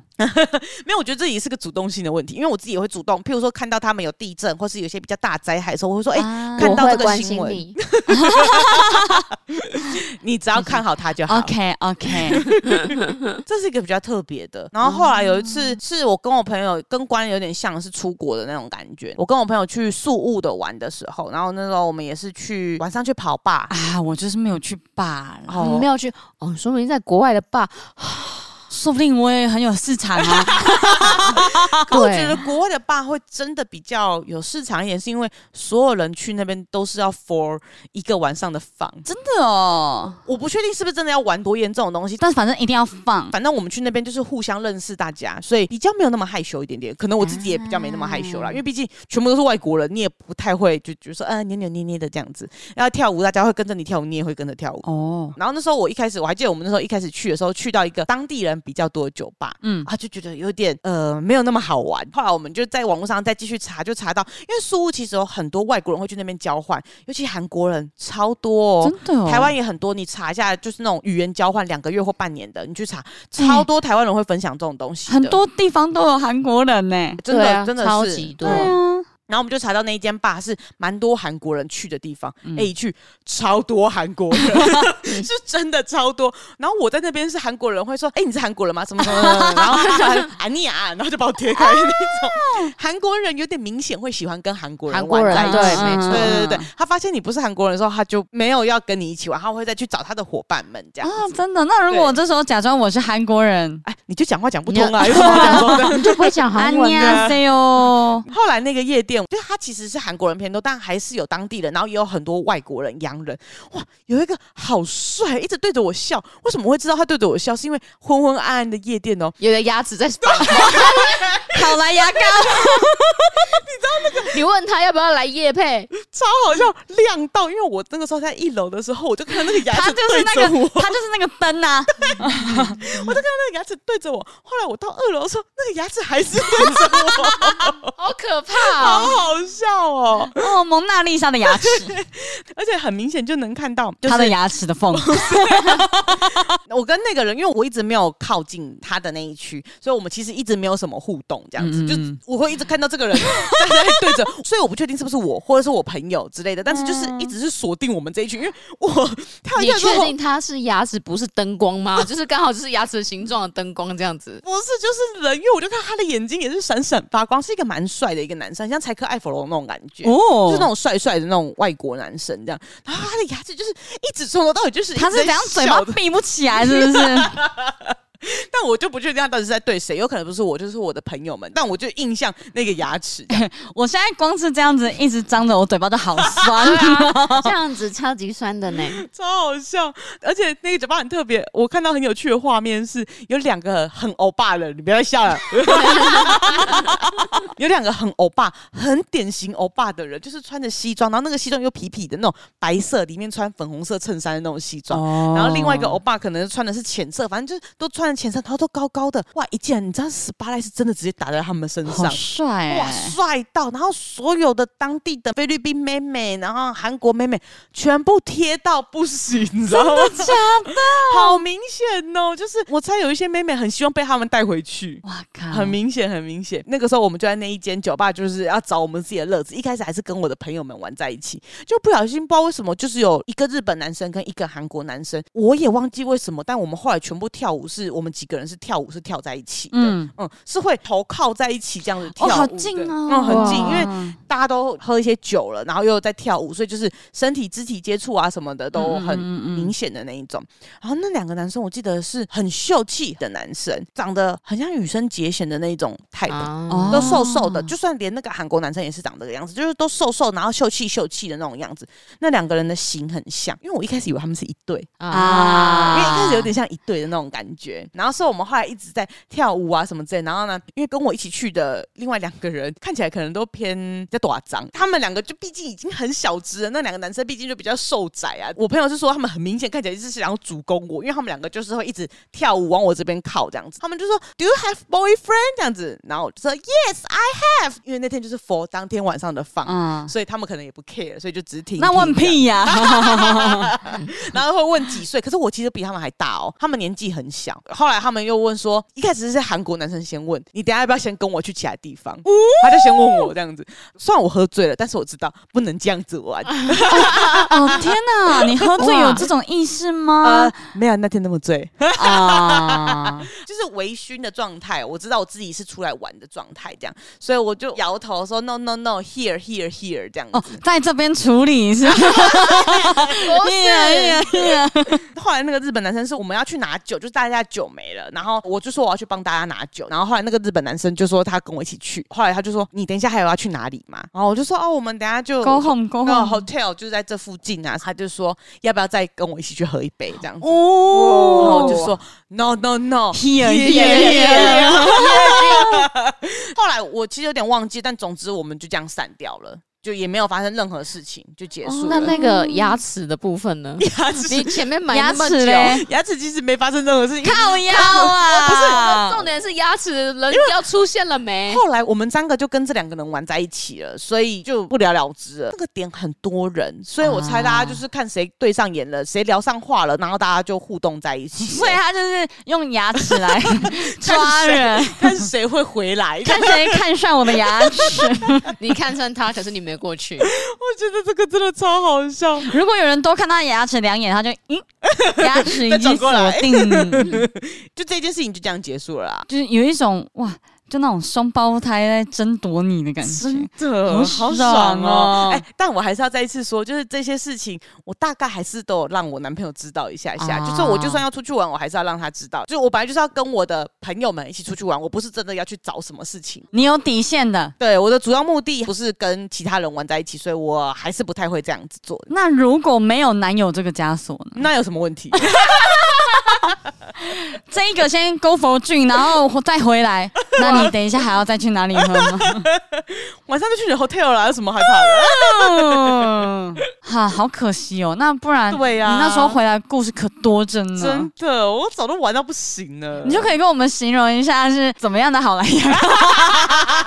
没有，我觉得这也是个主动性的问题，因为我自己也会主动，譬如说看到他们有地震或是有一些比较大灾害的时候，我会说，哎、
啊
看
我
到
会
这个
关
新
心
闻
你，
你只要看好他就好。
OK OK，
这是一个比较特别的。然后后来有一次，是我跟我朋友跟关有点像是出国的那种感觉。我跟我朋友去宿雾的玩的时候，然后那时候我们也是去晚上去跑 吧。
啊，我就是没有去罢了，
你没有去哦，说明在国外的爸，
说不定我也很有市场啊。
可我
对
觉得国外的吧会真的比较有市场一点，是因为所有人去那边都是要 for 一个晚上的放。
真的哦，
我不确定是不是真的要玩多严重的东西，但
但反正一定要放。
反正我们去那边就是互相认识大家，所以比较没有那么害羞一点点。可能我自己也比较没那么害羞啦，
啊
因为毕竟全部都是外国人，你也不太会就就说呃扭扭捏捏的这样子。然后跳舞，大家会跟着你跳舞，你也会跟着跳舞。
哦，
然后那时候我一开始我还记得我们那时候一开始去的时候，去到一个当地人比较多的酒吧，
嗯，
啊，就觉得有点呃没有那么好玩。后来我们就在网络上再继续查，就查到，因为苏屋其实有很多外国人会去那边交换，尤其韩国人超多、哦，
真的哦，
台湾也很多，你查一下，就是那种语言交换两个月或半年的，你去查，超
嗯
多台湾人会分享这种东西的，
很多地方都有韩国人呢。
真
对
的、
啊
真的
超
是
级
对
对多
嗯
啊，
然后我们就查到那一间吧是蛮多韩国人去的地方，哎、
嗯
一去超多韩国 人，是真的超多。然后我在那边是韩国人，会说，哎、你是韩国人吗？什么什么什么什么，
嗯
然后他就很啊你啊，然后就把我推开那 种。韩国人有点明显会喜欢跟韩国
韩
人
国
玩
人
在一起。
嗯
对，没
嗯
错。
对对对，他发现你不是韩国人的时候，他就没有要跟你一起玩，他会再去找他的伙伴们这样子。
啊，真的。那如果我这时候假装我是韩国人，
哎，你就讲话讲不通啊，有什么好讲通 的？
嗯就不会讲韩
安
文
妮啊
的。
亚 C 哦，
后来那个夜店，就它其实是韩国人偏多，但还是有当地人，然后也有很多外国人、洋人。哇，有一个好帅，一直对着我笑。为什么会知道他对着我笑？是因为昏昏暗暗的夜店哦，
有个牙齿在放。
好来 牙膏，
你问他要不要来夜配，
超好笑，亮到！因为我那个时候在一楼的时候，我就看到那个牙
他
齿
就是
对
那
着我，
个，他就是那个灯啊，
那个牙齿对着我。后来我到二楼的时候，那个牙齿还是对着我。
好可怕
好好笑哦！
哦，蒙娜丽莎的牙齿，
而且很明显就能看到，就
她的
是
牙齿的缝，
我跟那个人，因为我一直没有靠近他的那一区，所以我们其实一直没有什么互动，这样子，
嗯嗯
就
嗯
我会一直看到这个人 在那里对着，所以我不确定是不是我或者是我朋友之类的，但是就是一直是锁定我们这一群，因为我跳一
你
下之
确
后。
定它是牙齿不是灯光吗？ 就是刚好就是牙齿的形状的灯光这样子。
不是，就是人，因为我就看他的眼睛也是闪闪发光，是一个蛮帅的一个男生，像柴克艾弗隆那种感觉，
哦
就是那种帅帅的那种外国男生这样。然后他的牙齿就是一直从头到尾就是一直
她是
在
怎样嘴
笑
巴
的
闭不起来，是 不是？
但我就不确定他到底是在对谁，有可能不是我，就是我的朋友们。但我就印象那个牙齿，
我现在光是这样子一直张着我嘴巴就好 酸，
这样子超级酸的呢。
超好笑。而且那个嘴巴很特别，我看到很有趣的画面是有两个很欧巴的，你不要再笑了。有两个很欧巴，很典型欧巴的人，就是穿着西装，然后那个西装又痞痞的那种白色，里面穿粉红色衬衫的那种西装。
哦
然后另外一个欧巴可能穿的是浅色，反正就是都穿的浅色，然后都高高的，哇！一见你知道十八赖是真的直接打在他们身
好
上，
帅、
哇，
欸，
帅到！然后所有的当地的菲律宾妹妹，然后韩国妹妹，全部贴到不行，你知道吗？
假的，
好明显哦，就是我猜有一些妹妹很希望被他们带回去。
哇靠，
很明显，很明显。那个时候我们就在那一间酒吧，就是要找我们自己的乐子。一开始还是跟我的朋友们玩在一起，就不小心不知道为什么，就是有一个日本男生跟一个韩国男生，我也忘记为什么。但我们后来全部跳舞是，我们几个人是跳舞是跳在一起的，嗯
嗯
是会头靠在一起这样子跳
哦，
舞的，
好近哦，
嗯，很近，因
哇
为大家都喝一些酒了，然后又在跳舞，所以就是身体肢体接触啊什么的都很
嗯嗯嗯
明显的那一种。然后那两个男生，我记得是很秀气的男生，长得很像羽生结弦的那一种态度。
哦
哦，
都瘦瘦的，就算连那个韩国男生也是长这个样子，就是都瘦瘦，然后秀气秀气的那种样子。那两个人的型很像，因为我一开始以为他们是一对，因
啊
为一开始有点像一对的那种感觉。然后是我们后来一直在跳舞啊什么之类。然后呢，因为跟我一起去的另外两个人看起来可能都偏比较短张，他们两个就毕竟已经很小只了，那两个男生毕竟就比较瘦窄啊。我朋友是说他们很明显看起来就是想要主攻我，因为他们两个就是会一直跳舞往我这边靠这样子。他们就说 Do you have boyfriend 这样子，然后我就说 Yes I have，因为那天就是佛当天晚上的放。
嗯，
所以他们可能也不 care，所以就只听。
那问屁 呀、
然后会问几岁，可是我其实比他们还大哦，他们年纪很小。后来他们又问说，一开始是韩国男生先问你，等一下要不要先跟我去其他地方？他就先问我这样子，虽然我喝醉了，但是我知道不能这样子玩。
哦天哪，你喝醉
哇
有这种意识吗
呃？，没有那天那么醉，
啊，
就是微醺的状态。我知道我自己是出来玩的状态，这样，所以我就摇头说 no no no here here here 这样子。
哦，在这边处理 是不是？
不是，
后来那个日本男生是我们要去拿酒，就是大家酒没了，然后我就说我要去帮大家拿酒，然后后来那个日本男生就说他跟我一起去，后来他就说你等一下还有要去哪里吗？然后我就说哦，我们等一下就
Go home，Go
那
home。
hotel 就是在这附近啊，他就说要不要再跟我一起去喝一杯这样子。然后
哦
我就说 no no no
Here,
here,
here,
here. 后来我其实有点忘记，但总之我们就这样散掉了，就也没有发生任何事情，就结束了。
哦那 那个牙齿的部分呢？
牙齿
你前面买
牙
那么
齿
久，
嘞，
牙齿其实没发生任何事情，
靠腰啊！
重点是牙齿人要出现了没？
后来我们三个就跟这两个人玩在一起了，所以就不了了之了。那个点很多人，所以我猜大家就是看谁对上眼了，谁聊上话了，然后大家就互动在一起了，
所以他就是用牙齿 来抓人，
看谁会回来。
看谁看上我的牙 齿。
你看上他，可是你没过去。
我觉得这个真的超好笑。
如果有人多看他的牙齿两眼，他就 嗯，牙齿
再
已
转
经锁
过来
定，
就这件事情就这样结束了啦。
就是有一种哇，就那种双胞胎在争夺你的感觉。
的呃好
好
爽
爽
哦
哦！
哎、但我还是要再一次说，就是这些事情，我大概还是都有让我男朋友知道一下下。
啊
就是我就算要出去玩，我还是要让他知道。就是我本来就是要跟我的朋友们一起出去玩，我不是真的要去找什么事情。
你有底线的。
对，我的主要目的不是跟其他人玩在一起，所以我还是不太会这样子做。
那如果没有男友这个枷锁呢？
那有什么问题？
这一个先 go for 俊，然后再回 来。那你等一下还要再去哪里喝吗？
晚上就去你 hotel 啦，有什么害怕的？
嗯，好，啊，好可惜哦。那不然
对呀、
你那时候回来故事可多着呢。
真的，我早都玩到不行了。
嗯你就可以跟我们形容一下是怎么样的好莱 坞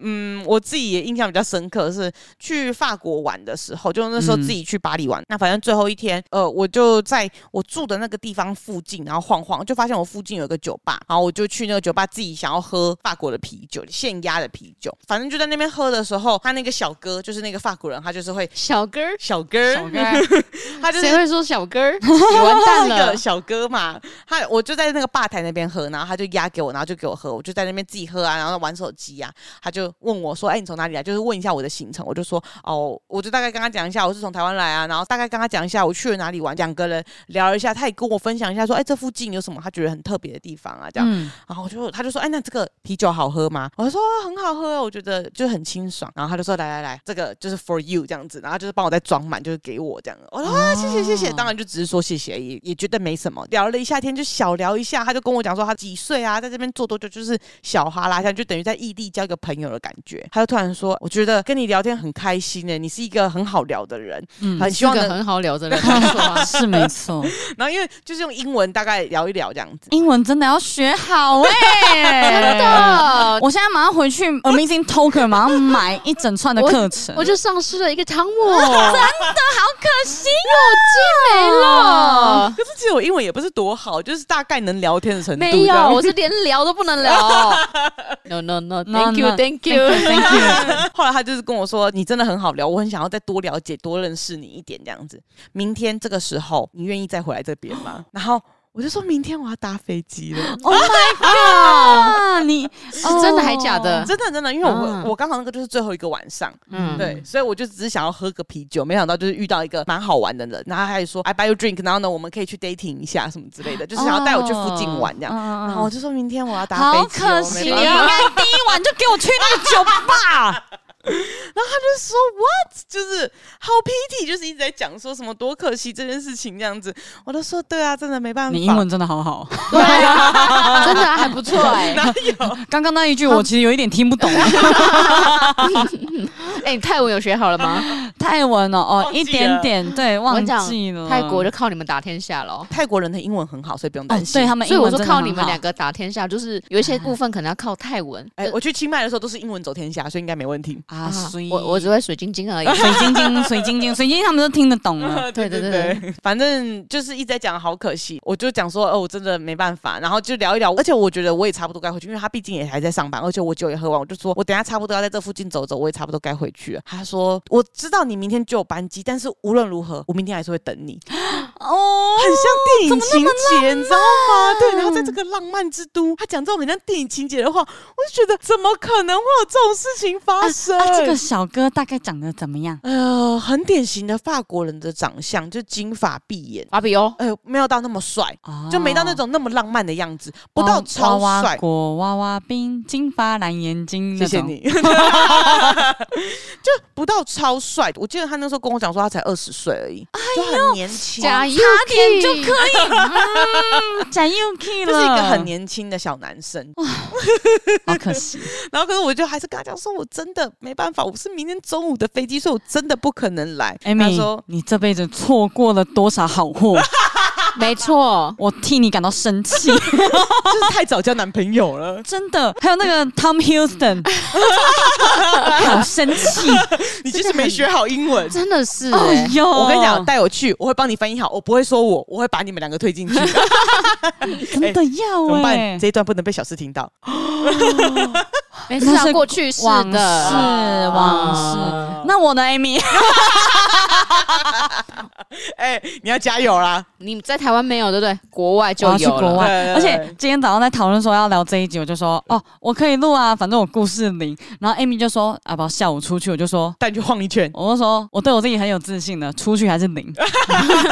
嗯，我自己也印象比较深刻是去法国玩的时候，就那时候
嗯
自己去巴黎玩。那反正最后一天，呃，我就在我住的那个地方附近，然后晃晃，就发现我附近有一个酒吧，然后我就去那个酒吧自己想要喝法国的啤酒，现压的啤酒。反正就在那边喝的时候，他那个小哥就是那个法国人，他就是会
小哥儿，
小哥，
小哥儿
他就是
谁会说小哥儿？ 你完蛋
那个
了！
小哥嘛，他我就在那个吧台那边喝，然后他就压给我，然后就给我喝，我就在那边自己喝啊，然后玩手机啊。他就问我说：“哎、你从哪里来？”就是问一下我的行程，我就说：“哦，我就大概跟他讲一下我是从台湾来啊，然后大概跟他讲一下我去了哪里玩。”两个人聊一下，他也跟我分享一下说：“哎、这附近有什么他觉得很特别的地方啊？”这样，
嗯，
然后我就他就说，哎，那这个啤酒好喝吗？我就说很好喝哦，我觉得就很清爽。然后他就说，来来来，这个就是 for you 这样子，然后就是帮我再装满，就是给我这样。我说啊，谢谢谢谢，当然就只是说谢谢，也也觉得没什么。聊了一下天，就小聊一下，他就跟我讲说他几岁啊，在这边做多久，就是小哈拉像就等于在异地交一个朋友的感觉。他就突然说，我觉得跟你聊天很开心呢，你是一个很好聊的人，
嗯
很希
是
望
个
能。
很好聊的人，没错 啊
是没错，
然后因为就是用英文大概聊一聊这样子。
英文真的要学好哎、
真。的，
我现在马上回去 Amazing Talker，马上买一整串的课程。
我就丧失了一个汤姆，真的好可
惜
我记没了。
可是其实我英文也不是多好，就是大概能聊天的程度。
没
这 样
有，我是连聊都不能聊。No no no，Thank
No, no,
you，Thank you。
Thank you，
后来他就是跟我说：“你真的很好聊，我很想要再多了解、多认识你一点，这样子。明天这个时候，你愿意再回来这边吗？” 然后我就说明天我要搭飞机了，
Oh my god！你哦
是真的还假的？
真的真的，因为我、
嗯
我刚好那个就是最后一个晚上，
嗯
对，所以我就只是想要喝个啤酒，没想到就是遇到一个蛮好玩的人，然后他还说 “I buy you drink”，然后呢，我们可以去 dating 一下什么之类的，就是想要带我去附近
哦
玩这
嗯
样。然后我
样。
就说明天我要搭
好
飞机
可
了，我没
嗯惜，你应啊
办法
该第一晚就给我去那个酒吧。
说 what 就是好 pity，就是一直在讲说什么多可惜这件事情这样子，我都说对啊，真的没办 法。
你英文真的好好，
对啊， 真的啊还不错哎。
刚刚那一句我其实有一点听不 懂。
哎，你泰文有学好了吗？
泰文哦，哦
忘，记
一点点，对，
我
忘
讲
记了。
泰国就靠你们打天下了哦。
泰国人的英文很好，所以不用
哦
担，心。
对他们
所以
英
我
文
说
真的很好，
靠你们两个打天下，就是有一些部分可能要靠泰文。
哎、我去清迈的时候都是英文走天下，所以应该没问 题。
啊，所以
我我只会水晶晶而
啊
已。
水晶晶，水晶晶，水晶晶他们都听得懂 了。
对对对
对，反正就是一直在讲好可惜，我就讲说哦，我真的没办法，然后就聊一聊，而且我觉得我也差不多该回去，因为他毕竟也还在上班，而且我酒也喝完，我就说我等一下差不多要在这附近走走，我也差不多该回去了。他说我知道你明天就有班机，但是无论如何，我明天还是会等你。
哦，
很像电影情节，你知道吗？对，然后在这个浪漫之都，他讲这种很像电影情节的话，我就觉得怎么可能会有这种事情发生？
啊，这个小哥大概长得怎么样？
呃，很典型的法国人的长相，就金发碧眼，
法比哦 欧，
哎、呦，没有到那么帅，
哦
就没到那种那么浪漫的样子，不到超
娃娃
帅。
国娃娃兵，金发蓝眼睛，
谢谢。你， 就不到超帅。我记得他那时候跟我讲说，他才二十岁而已，
哎
就很年轻，
加油！
点就可以，展 Yuki 了，
就是一个很年轻的小男生。
好可惜。
然后可是我就还是跟他讲说，我真的没办法，我是明天中午的飞机，所以我真的不可能来。他
Amy，
说。
你这辈子错过了多少好货？
没错，
我替你感到生气，，
就是太早交男朋友了
真的。还有那个 Tom Houston，好生气。
你就是没学好英文。
真的
哦
是
哎
哎。
呦，
我跟你讲，，带我去，我会帮你翻译好，我不会说我，我会把你们两个推进去。 怎
真的要
么
哎
办？这，一段不能被小四听到。
没事
那是
啊，过去式
往事
的。
往事。
啊
那我呢，Amy？
哎，你要加油啦！
你在台湾没有对不对？国外就
我要去
有了。
国外，
对对对
而且今天早上在讨论说要聊这一集，我就说哦，我可以录啊，反正我故事零。然后 Amy 就说啊，不，下午出去，我就说。
带你去晃一圈。
我就说，我对我自己很有自信的，出去还是 零，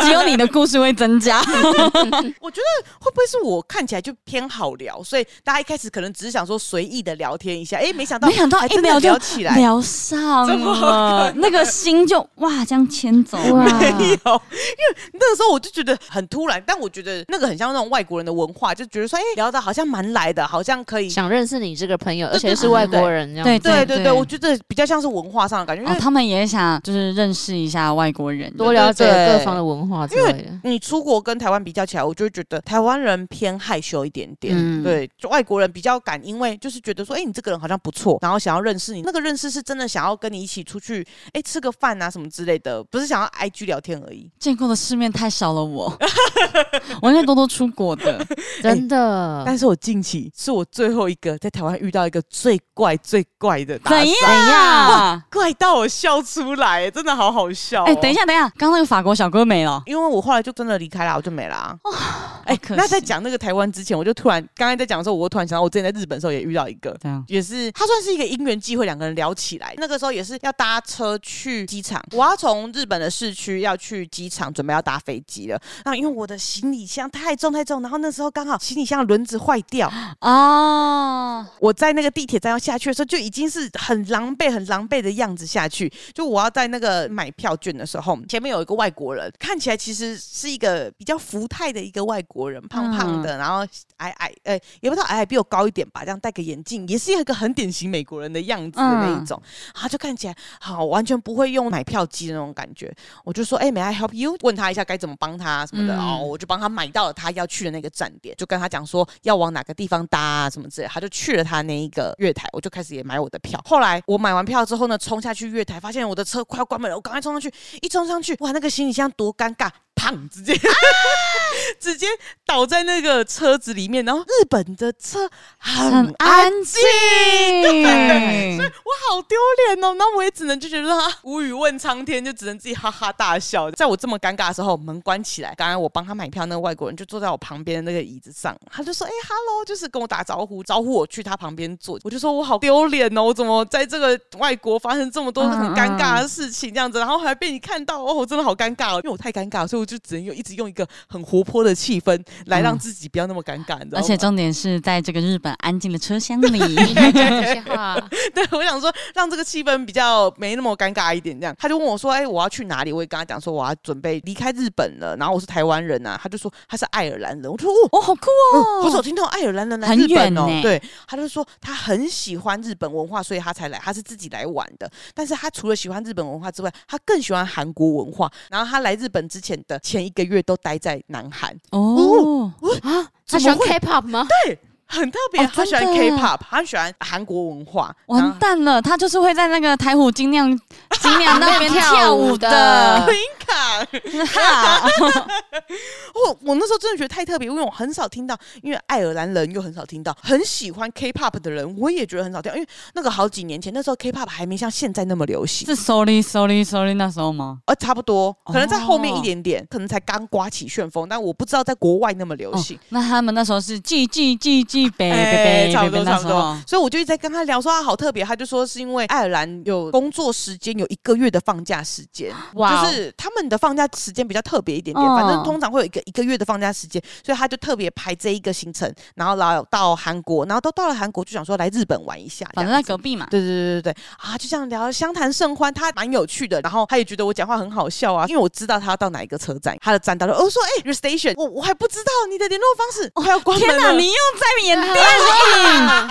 只有你的故事会增加。
我觉得会不会是我看起来就偏好聊，所以大家一开始可能只是想说随意的聊天一下，哎，没想到
没想到
还
一
真的
聊就
聊起来。
聊上
怎么可
了，那个心就哇这样牵走
哇
了。
因为那个时候我就觉得很突然，但我觉得那个很像那种外国人的文化，就觉得说，哎、聊的好像蛮来的，好像可以。
想认识你这个朋友，而
对
且
对
是外国人这样。
对
对对
对
对，我觉得比较像是文化上的感觉，因
哦，
为
他们也想就是认识一下外国人，
多了解
对对对哎
各方的文化之类的。
你出国跟台湾比较起来，我就会觉得台湾人偏害羞一点点，
嗯
对，就外国人比较敢，因为就是觉得说，哎、你这个人好像不错，然后想要认识你，那个认识是真的想要跟你一起出去，哎、吃个饭啊什么之类的，不是想要 IG 聊天而已。
见过的世面太少了我，我应该多多出国的。
真
嗯
的。
但是我近期是我最后一个在台湾遇到一个最怪最怪的 打
怎
赏，
样？
怪到我笑出来，真的好好笑、哦
哎、等一，下，等一下，刚刚那个法国小哥没了。
因为我后来就真的离开了，我就没啦。哎、
哦好可
那在
惜
讲那个台湾之前，我就突然刚才在讲的时候，我突然想到，我之前在日本的时候也遇到一个，
这样，
也是他算是一个因缘机会，两个人聊起来。那个时候也是要搭车去机场，我要从日本的市区要去机场，准备要搭飞机了。那因为我的行李箱太重太重，然后那时候刚好行李箱的轮子坏掉，
哦，
我在那个地铁站要下去的时候，就已经是很狼狈、很狼狈的样子下去。就我要在那个买票券的时候，前面有一个外国人，看起来其实是一个比较福态的一个外国人，胖胖的，然后矮矮，呃、也不知道矮矮比我高一点吧，这样戴个眼镜，也是一个很典型美国人的样子的那一种。然后就看起来好完全不会用买票机的那种感觉。我就说，哎、m a y I help you？问他一下该怎么帮他什么的、
嗯
哦，我就帮他买到了他要去的那个站点，就跟他讲说要往哪个地方搭啊什么之类的，他就去了他那一个月台，我就开始也买我的票。后来我买完票之后呢，冲下去月台，发现我的车快要关门了，我赶快冲上去，一冲上去，哇，那个行李箱多尴尬。砰！直接、
啊
直接倒在那个车子里面，然后日本的车很
很
安
安
静，
静。
我好丢脸哦！那我也只能就觉得啊，无语问苍天，就只能自己哈哈大笑。在我这么尴尬的时候，门关起来，刚刚我帮他买票那个外国人就坐在我旁边的那个椅子上，他就说：“哎、哈 h e l l o 就是跟我打招呼，招呼我去他旁边坐。”我就说：“我好丢脸哦，我怎么在这个外国发生这么多
嗯
很尴尬的事情这样子，然后还被你看到哦，我真的好尴尬哦，因为我太尴尬了，所以我就只能用一直用一个很活泼的气氛来让
嗯
自己不要那么尴尬，你知道
而
吗？
且重点是在这个日本安静的车厢里，
你还讲这些 话，啊
对，我想说让这个气氛比较没那么尴尬一点，这样。他就问我说：“哎、我要去哪里？”我也跟他讲说我要准备离开日本了，然后我是台湾人啊。他就说他是爱尔兰人，我就说哦。
哦，好酷
哦，好少
哦！
听到爱尔兰人来
很
日本
远
哦、
呢
对，他就说他很喜欢日本文化，所以他才来，他是自己来玩的。但是他除了喜欢日本文化之外，他更喜欢韩国文化。然后他来日本之前的前一个月都待在南韩，
哦，
他
怎
喜
么
欢
会
K-pop 吗？
很特别。
哦
他喜欢
真的
K-pop，他喜欢韩国文化。然后
完蛋了，他就是会在那个台虎精酿精酿那边 跳舞的。
林卡。
哈
哦我我那时候真的觉得太特别，因为我很少听到，因为爱尔兰人又很少听到，很喜欢 K-pop 的人，我也觉得很少听到，因为那个好几年前，那时候 K-pop 还没像现在那么流行。
是 sorry sorry sorry 那时候吗？
呃，差不多，可能在后面
哦
一点点，可能才刚刮起旋风，但我不知道在国外那么流
哦
行。，
那他们那时候是 G G G G 北
哎
北北
差不
北北
多差
那
不
时
多
候，，
所以我就一直在跟他聊说啊，好特别。他就说是因为爱尔兰有工作时间有一个月的放假时间，
哇哦
就是他们的放假时间比较特别一点点，
嗯
反正通常会有一个一个月的放假时间，所以他就特别排这一个行程，然后来到韩国，然后都到了韩国就想说来日本玩一下，
反正
这
在
样子
隔壁嘛。
对对对对对啊，就这样聊，相谈甚欢，他蛮有趣的。然后他也觉得我讲话很好笑啊，因为我知道他要到哪一个车站，他的站到了。哦我说哎、y o u r station，我我还不知道你的联络方式，快要关门
天哪，
了。
你又在演电 影？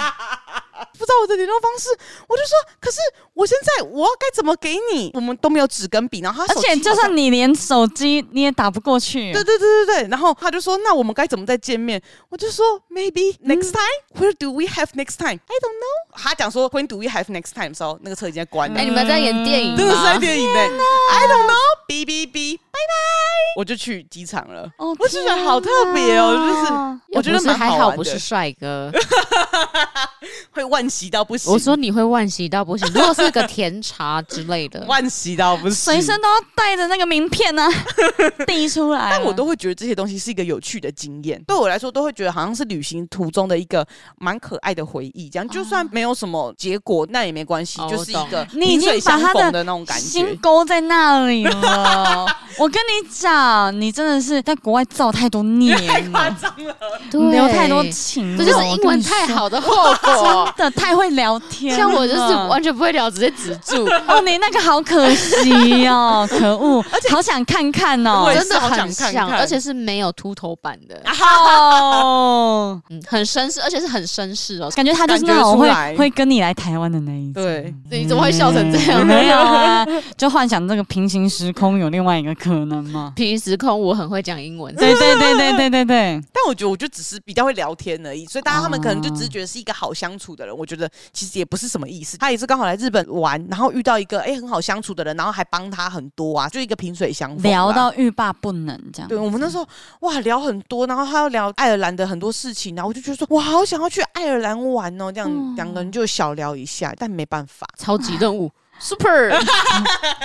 不知道我的联络方式，我就说，可是我现在我要该怎么给你？我们都没有纸跟笔，然后他
而
手机
且就
好像
算你连手机你也打不过去。
对对对对对，然后他就说：“那我们该怎么再见面？”我就说：“Maybe
嗯
next time.、Where do we have next time? I don't know。”他讲说：“When do we have next time？” 的时候，那个车已经在关了。
哎，你们在演电影
真的是在
吗？
电影呢、i don't know。哔哔哔，拜拜。我就去机场了。
哦
我就觉得好特别哦，
啊
就是我觉得
又不是
蛮
还
好
好，
玩
不
的
是帅哥。
会惋惜到不行。
我说你会惋惜到 不行，如果是个甜茶之类的，
惋惜到不行，
随身都要带着那个名片呢、 啊，递出来啊。
但我都会觉得这些东西是一个有趣的经验，对我来说都会觉得好像是旅行途中的一个蛮可爱的回忆，这样就算没有什么结果，那也没关系，
哦
就是一
我
个
哦你已
萍水
经把
相
他
逢
的
的那种感 觉
心。勾在那里了，我跟你讲，你真的是在国外造太多孽
夸
了，
张了，
对
留太多情了，
这就是
我
英
跟
文
你
太
说
好的后果。
的，太会聊天了。
像我就是完全不会聊，直接止住，
哦，你那个好可惜哦，可 恶，好想看看哦
我也，是
真的
好想
很
看啊
像，
看
而且是没有秃头版的，
哦，
嗯，很绅士，而且是很绅士
嗯
哦。
感觉他就是那种会会跟你来台湾的那一种。
对，
你怎么会笑成这样？。
没有啊，就幻想这个平行时空有另外一个可能嘛
平行时空我很会讲英文，
对对对对对对对，
但我觉得我就只是比较会聊天而已，所以大家他们可能就
哦
只是觉得是一个好相处的人，我觉得其实也不是什么意思。他也是刚好来日本玩，然后遇到一个哎、很好相处的人，然后还帮他很多啊，就一个萍水相逢啦。
聊到欲罢不能这样
对。我们那时候哇聊很多，然后他要聊爱尔兰的很多事情，然后我就觉得说我好想要去爱尔兰玩哦，这样
嗯
两个人就小聊一下，但没办法。
超级任务 super，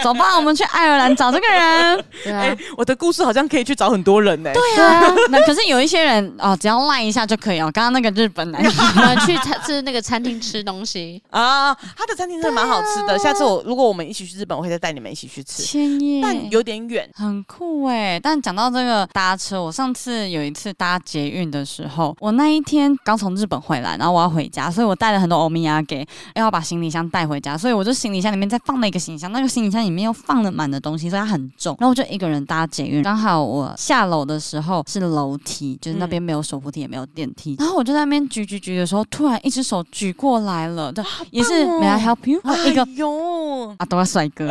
走吧，我们去爱尔兰找这个人。
对
哎、
啊，
我的故事好像可以去找很多人呢、
对啊，那可是有一些人哦，只要赖一下就可以哦。刚刚那个日本男，
我们去餐吃那个餐厅吃东西，
啊，他的餐厅真的蛮好吃
啊
的。下次我如果我们一起去日本，我会再带你们一起去吃，
千叶
但有点远。
很酷哎、但讲到这个搭车，我上次有一次搭捷运的时候，我那一天刚从日本回来，然后我要回家，所以我带了很多欧米亚给，要把行李箱带回家，所以我就行李箱里面再放了一个行李箱，那个行李箱里面又放了满的东西，所以它很重。然后我就一个人搭捷运，刚好我下楼的时候是楼梯，就是那边没有手扶梯也没有电梯，然后我就在那边举举举的时候，突然一只手举过来了，对，也是
棒哦
May I help you？然后一个
哎呦，
阿多拉帅哥，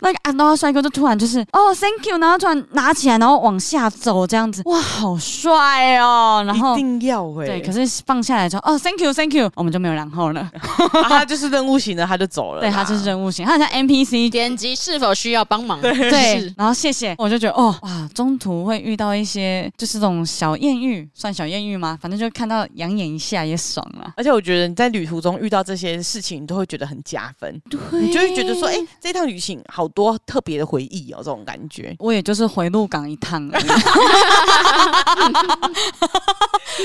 那个阿多拉帅哥就突然就是哦，thank you，然后突然拿起来，然后往下走这样子，哇，好帅哦！然后
一定要哎、
对，可是放下来之后，哦，thank you，thank you，我们就没有然后 了。
啊他就是任务型的，他就走了啦。
对他就是任务型，他很像 NPC。
点击是否需要帮 忙？
对
对，，
然后谢谢，我就觉得哦哇，中途会遇到一些就是这种小艳遇，算小艳遇吗？反正就看到养眼一下也爽了。
而且我觉得你在旅途中遇到这些事情，你都会觉得很加分，
对
你就会觉得说，哎、这趟旅行好多特别的回忆哦，这种感觉。
我也就是回鹿港一趟 而已，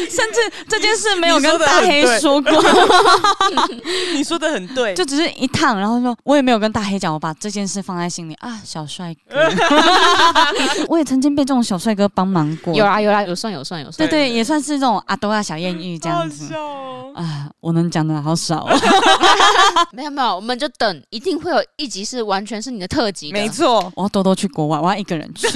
甚至这件事没有跟大黑说过，
你说的很对，
就只是一趟，然后说我也没有跟大黑讲，我把这件事放在心里啊，小帅 哥，我也曾经被这种小帅哥帮忙过，
有啊有啊，有算有算有
对
算。
对，也算是这种阿多亚小艳遇这样子。
哦。
啊，我能讲的好少、哦，
没有没有，我们就等，一定会有一集是完全是你的特辑的。
没错，
我要多多去国外，我要一个人去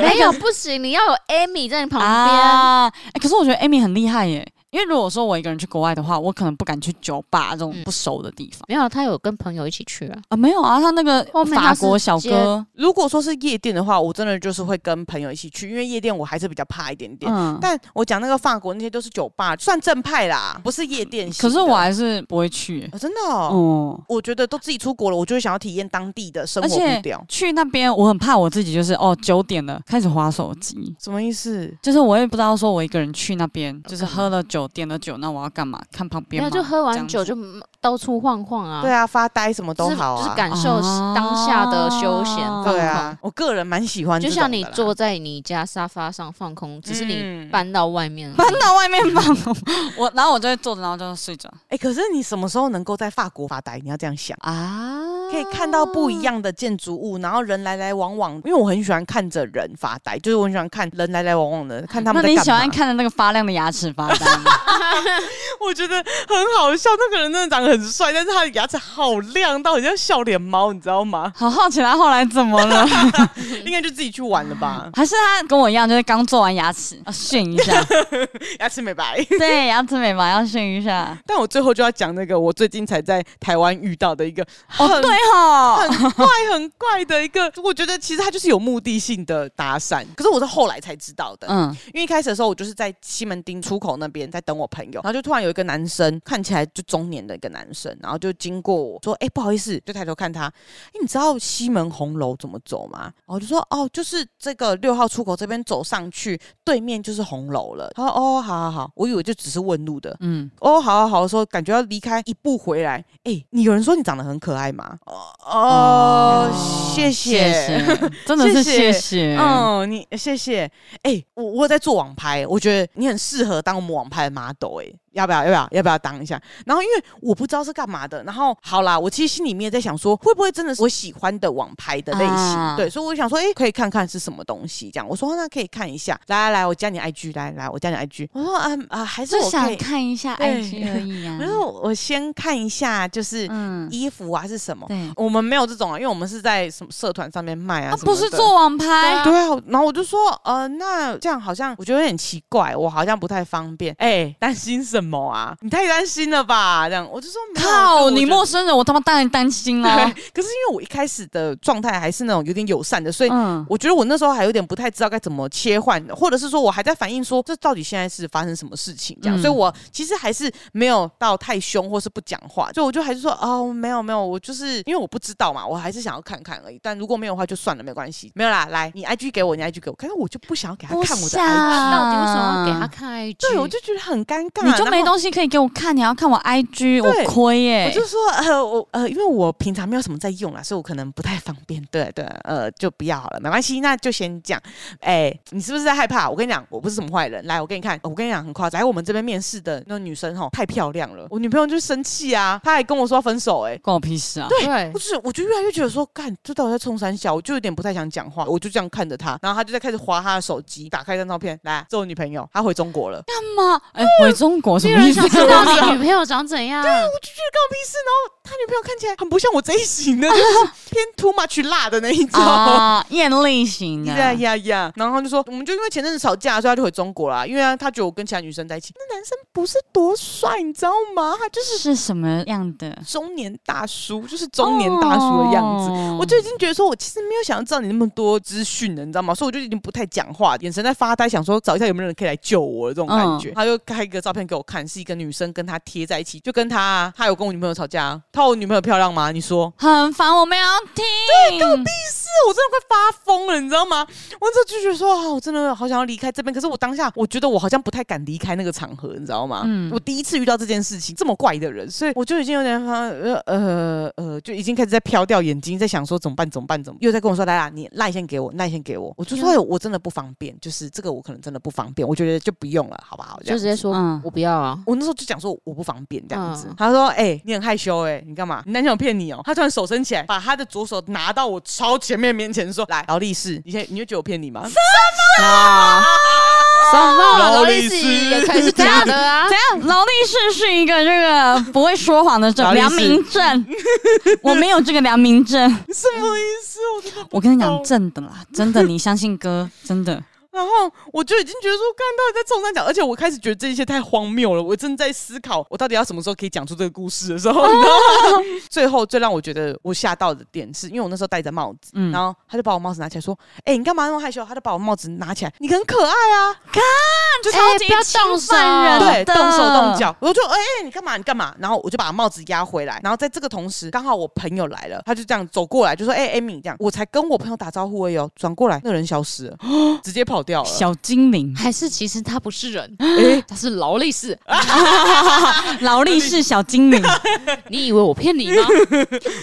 没有不行，你要有 Amy 在你旁边。
啊、哎可是我觉得 Amy 很厉害耶，因为如果说我一个人去国外的话，我可能不敢去酒吧这种
嗯
不熟的地方。
没有，他有跟朋友一起去啊。
啊，没有啊，他那个
后面
法
他是
国小
接
哥，
如果说是夜店的话，我真的就是会跟朋友一起去，因为夜店我还是比较怕一点点。
嗯，
但我讲那个法国那些都是酒吧，算正派啦，不是夜店型
可
的。
是我还是不会去耶、
哦真的哦，
哦，
我觉得都自己出国了，我就会想要体验当地的生活
而且
步调。
去那边我很怕我自己，就是哦九点了开始划手机，
什么意思？
就是我也不知道说我一个人去那边，就是
干嘛
喝了酒点了酒，那我要干嘛？看旁边
没有，
吗？
就喝
这
完
样
酒
子
就到处晃晃啊。
对
啊，
啊，发呆什么都好
就是
啊。
感受当下的休闲
啊
放
对
空
啊。，我个人蛮喜欢这
就
种的
像
啦。
你坐在你家沙发上放空，只是你
嗯
搬到外面了。
搬到外面 放空，我然后我就会坐着，然后就睡着
哎、可是你什么时候能够在法国发呆？你要这样想，
啊，
可以看到不一样的建筑物，然后人来来往往。因为我很喜欢看着人发呆，就是我很喜欢看人来来往往的，看他
那
们在
你
干嘛。
喜欢看的那个发亮的牙齿发呆吗？
我觉得很好笑，那个人真的长得很帅，但是他的牙齿好亮到很像笑脸猫，你知道吗？
好好奇他后来怎么了？
应该就自己去玩了吧，
还是他跟我一样，就是刚做完牙齿，要炫一下。
牙齿美白。
对，牙齿美白要炫一下。
但我最后就要讲那个我最近才在台湾遇到的一个很、
哦，对哈，
很怪很怪的一个，我觉得其实他就是有目的性的搭讪，可是我是后来才知道的。
嗯，
因为一开始的时候，我就是在西门町出口那边在等我朋友，然后就突然有一个男生，看起来就中年的一个男生，然后就经过我说：“哎、不好意思。”就抬头看他，哎，你知道西门红楼怎么走吗？然后我就说：“哦，就是这个六号出口这边走上去，对面就是红楼了。”他说：“哦，好好好，我以为就只是问路的。”
嗯，
哦，好好好，说感觉要离开一步回来。哎、你有人说你长得很可爱吗？哦，哦谢
谢，真的是谢
谢谢
谢。嗯，
嗯，你谢谢。哎、我我有在做网拍，我觉得你很适合当我们网拍的 model 哎、要不要要不要要不要当一下？然后因为我不知道是干嘛的，然后好啦，我其实心里面在想说，会不会真的是我喜欢的网拍的类型？
啊
对，所以我想说，哎、可以看看是什么东西这样。我说哦那可以看一下，来来来，我加你 IG，来来我加你 IG。我说啊啊，还是
就
我可
想
以，
看一下
对
IG 而已啊
没。有，我先看一下就是
嗯，
衣服啊是什么。
对，
我们没有这种啊，因为我们是在什么社团上面卖啊
他
什么
不
的，
是做网拍，
对啊，然后我就说，呃，那这样好像我觉得有点奇怪，我好像不太方便。哎、担心什么啊？你太担心了吧？这样啊我就说，没有
靠，你陌
莫。
生人，我他妈当然担心
对
哦。
可是因为我一开始的状态还是那种有点友善的，所以
嗯，
我觉得我那时候还有点不太知道该怎么切换，或者是说我还在反应说这到底现在是发生什么事情这样，
嗯
所以我其实还是没有到太凶或是不讲话，所以我就还是说哦没有没有，我就是因为我不知道嘛，我还是想要看看而已。但如果没有的话就算了，没有关系，没有啦，来你 IG 给我，你 IG 给我，可是我就不想要给他看我的 IG，
到底为什么要给他看 IG？
对我就觉得很尴尬，
啊
啊
你就没
然后
东西可以给我看，你还要看我 IG，
对
我亏耶、
我就说呃我呃，因为我平常没有什么在用啦，所以我可能不太方便。对对，呃，就不要好了，没关系，那就先这样。哎、你是不是在害怕？我跟你讲，我不是什么坏人。来，我给你看，哦我跟你讲很夸张。来，我们这边面试的那女生吼太漂亮了，我女朋友就生气啊，她还跟我说要分手、哎。
关我屁事啊！
对
不，是，我就越来越觉得说，干，这到底在冲三小，我就有点不太想讲话，我就这样看着她，然后她就在开始划她的手机，打开一张照片，来，这我女朋友，她回中国了，
干嘛？哎、回中国什
没有
么意思
人想？知道你女朋友长怎 样。
她女朋友看起来很不像我这一型的，就是偏 too much 辣的那一 种。
啊，艳丽型的。
呀呀呀！然后他就说，我们就因为前阵子吵架，所以他就回中国啦，因为他觉得我跟其他女生在一起，那男生不是多帅，你知道吗？他就是
是什么样的？
中年大叔，就是中年大叔的样子。
哦
我就已经觉得说，我其实没有想要知道你那么多资讯了，你知道吗？所以我就已经不太讲话，眼神在发呆，想说找一下有没有人可以来救我的这种感觉。
嗯
他就开一个照片给我看，是一个女生跟他贴在一起，就跟他啊，他有跟我女朋友吵架啊，他有女朋友漂亮吗？你说，
很烦，我们要听。对，
我真的快发疯了，你知道吗？我这就觉得说啊，我真的好想要离开这边，可是我当下我觉得我好像不太敢离开那个场合，你知道吗？
嗯
我第一次遇到这件事情，这么怪的人，所以我就已经有点呃呃呃，就已经开始在飘掉眼睛，在想说怎么办怎么办怎么办，又在跟我说来啦，你赖先给我，赖先给我，我就说、哎我真的不方便，就是这个我可能真的不方便，我觉得就不用了，好不好？这
就
样
直接
子
说、
嗯
我不要啊。
我那时候就讲说我不方便这样子，
嗯
他说：“哎、你很害羞哎、你干嘛？你男朋友骗你哦、他突然手伸起来，把他的左手拿到我超前面面前说：“来，劳力士，你现在你会觉得我骗你吗？”
啊，
什么
哦劳
哦劳
力
力
士
士也可以是假的 啊
怎？样？劳力士是一个这个不会说谎的
劳
证，
力士
良民证。我没有这个良民证。
什么意思？我真的不
我跟你
懂
讲，真的啦，真的，你相信哥，真的。
然后我就已经觉得说，看到底在冲三角，而且我开始觉得这一切太荒谬了。我正在思考，我到底要什么时候可以讲出这个故事的时候，你知道吗？最后最让我觉得我吓到的点是，因为我那时候戴着帽子，
嗯
然后他就把我帽子拿起来说：“哎、你干嘛那么害羞？”他就把我帽子拿起来，你很可爱啊，看，就是
哎
超级
不要
侵
动
犯人
手
对，
的
动手动脚，我就哎、哎你干嘛你干嘛？然后我就把帽子压回来，然后在这个同时，刚好我朋友来了，他就这样走过来，就说：“哎、艾 a m y 这样。”我才跟我朋友打招呼而已哦，转过来那人消失了，直接跑掉了。
小精 灵，
还是其实他不是人，
哎
他是劳力士。
劳力士小精 灵，
你以为我骗你吗？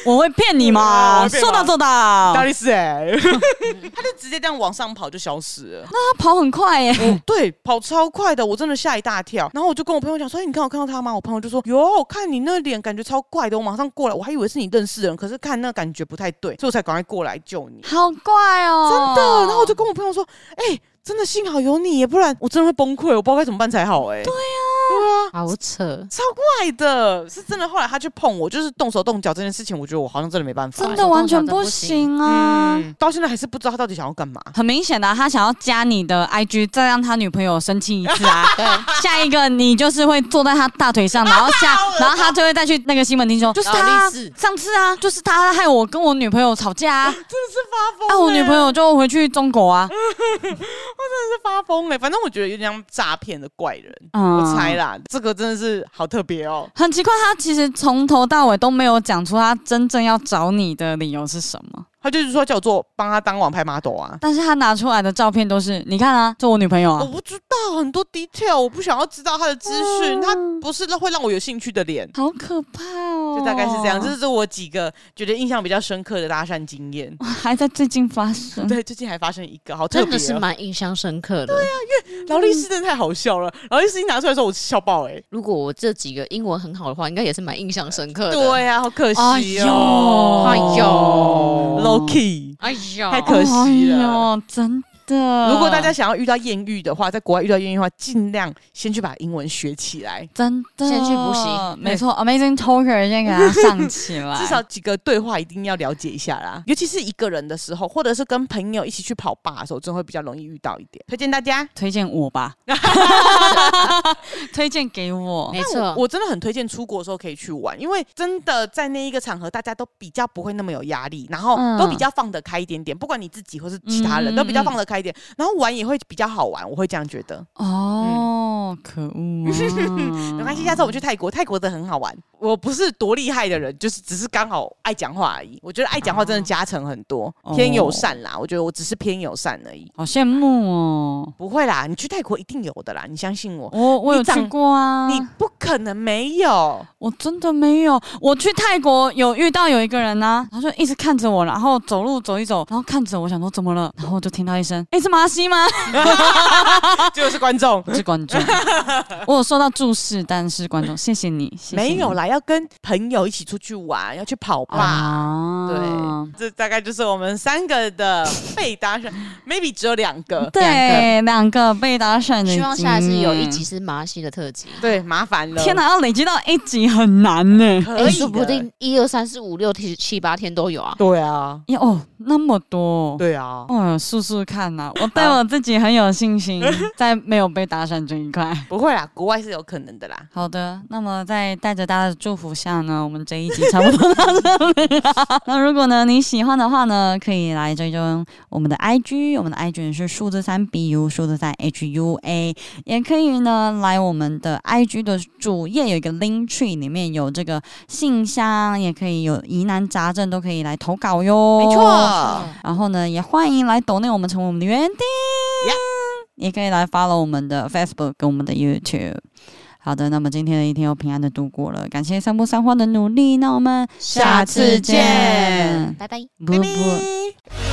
我会骗你
我
吗？
会骗吗
说到做到，
到
他
底是哎， 他就直接这样往上跑就消失了。
跑很快耶，
哦对，跑超快的，我真的吓一大跳。然后我就跟我朋友讲说：“哎，你看我看到他吗？”我朋友就说：“有，我看你那脸感觉超怪的，我马上过来，我还以为是你认识的人，可是看那感觉不太对，所以我才赶快过来救你。”
好怪哦，
真的。然后我就跟我朋友说：“哎、真的幸好有你耶，不然我真的会崩溃，我不知道该怎么办才好。”哎，对呀、对啊。
好扯，
超怪的，是真的。后来他去碰我，就是动手动脚这件事情，我觉得我好像真的没办法。
真的完全不行啊。
嗯，到现在还是不知道他到底想要干嘛。
很明显的啊、他想要加你的 IG，再让他女朋友生气一次 啊！下一个你就是会坐在他大腿上，然后 下，然后他就会再去那个新闻厅说，就是他
劳
啊
力士
上次啊，就是他害我跟我女朋友吵架啊，
真的是发疯、欸
啊，我女朋友就回去中国啊，
是发疯哎、反正我觉得有点像诈骗的怪人，
嗯
我猜啦，这个真的是好特别哦。
很奇怪，他其实从头到尾都没有讲出他真正要找你的理由是什么。
他就是说叫我做帮他当网拍 model 啊。
但是他拿出来的照片都是，你看啊，这我女朋友
我
啊，
不知道很多 detail，我不想要知道他的资
啊
讯，他不是会让我有兴趣的脸，
好可怕哦！
就大概是这样。这是我几个觉得印象比较深刻的搭讪经验。
还在最近发生。
对，最近还发生一个，好特
嗯真
别、啊
的是
哦。
蛮印象深刻的。
劳力士真的太好笑了，劳力士一拿出来的时候我笑爆哎、欸。
如果我这几个英文很好的话，应该也是蛮印象深刻的。，
对呀、啊，好可惜哦、
哎
呦
l o w key。
哎呀，
太可惜了
哎呦真的。
如果大家想要遇到艳遇的话，在国外遇到艳遇的话，尽量先去把英文学起来，
真的
先去补习
没错，Amazing Talker 先给他上起 来，
至少几个对话一定要了解一下啦。尤其是一个人的时候，或者是跟朋友一起去跑吧的时候，真的会比较容易遇到一点。推荐大家，
推荐我 吧，推荐给我。
没错，
我真的很推荐出国的时候可以去玩，因为真的在那一个场合，大家都比较不会那么有压力，然后
嗯
都比较放得开一点点，不管你自己或是其他人、
嗯
都比较放得开一点，然后玩也会比较好玩，我会这样觉得。
哦，可恶啊！
没关系，下次我们去泰国，泰国的很好玩。我不是多厉害的人，就是只是刚好爱讲话而已。我觉得爱讲话真的加成很多，
哦
偏友善啦。我觉得我只是偏友善而已，
好羡慕哦。
不会啦。你去泰国一定有的啦，你相信我，
我我有
你长
去过啊，
你不可能没有。
我真的没有。我去泰国有遇到有一个人呢、他就一直看着我，然后走路走一走，然后看着我，想说怎么了，然后我就听到一声，哎、是马西吗？
就是观众
是观众，我有收到注视，但是观众，谢谢你，谢谢你
没有啦，要跟朋友一起出去玩，要去跑吧。
啊，
对，这大概就是我们三个的被搭讪，maybe 只有两个。
对，两个被打讪的，
希望下次有一集。是马来西亚的特辑。
对，麻烦了。
天，哪，要累积到一集很难呢、
可以
哎，
的
说不定一二三四五六七七八天都有啊。
对啊，
呀哦，那么多，
对啊。
哦，试试看呐、我对我自己很有信心，在没有被打讪这一块。
不会啦，国外是有可能的啦。
好的，那么在带着大家的祝福下呢，我们这一集差不多到这里了。 那如果呢你喜欢的话呢，可以来追踪我们的 IG，我们的 IG 是数字三 BU，数字三 HUA，也可以呢来我们的 IG 的主页有一个 Link Tree，里面有这个信箱，也可以有疑难杂症都可以来投稿哟。
没错，
然后呢，也欢迎来抖内我们成为我们的园丁
Yeah
也可以来 follow 我们的 Facebook 跟我们的 YouTube。好的，那么今天的一天又平安的度过了，感谢三步三花的努力，那我们
下次见
拜拜。
不不。
拜拜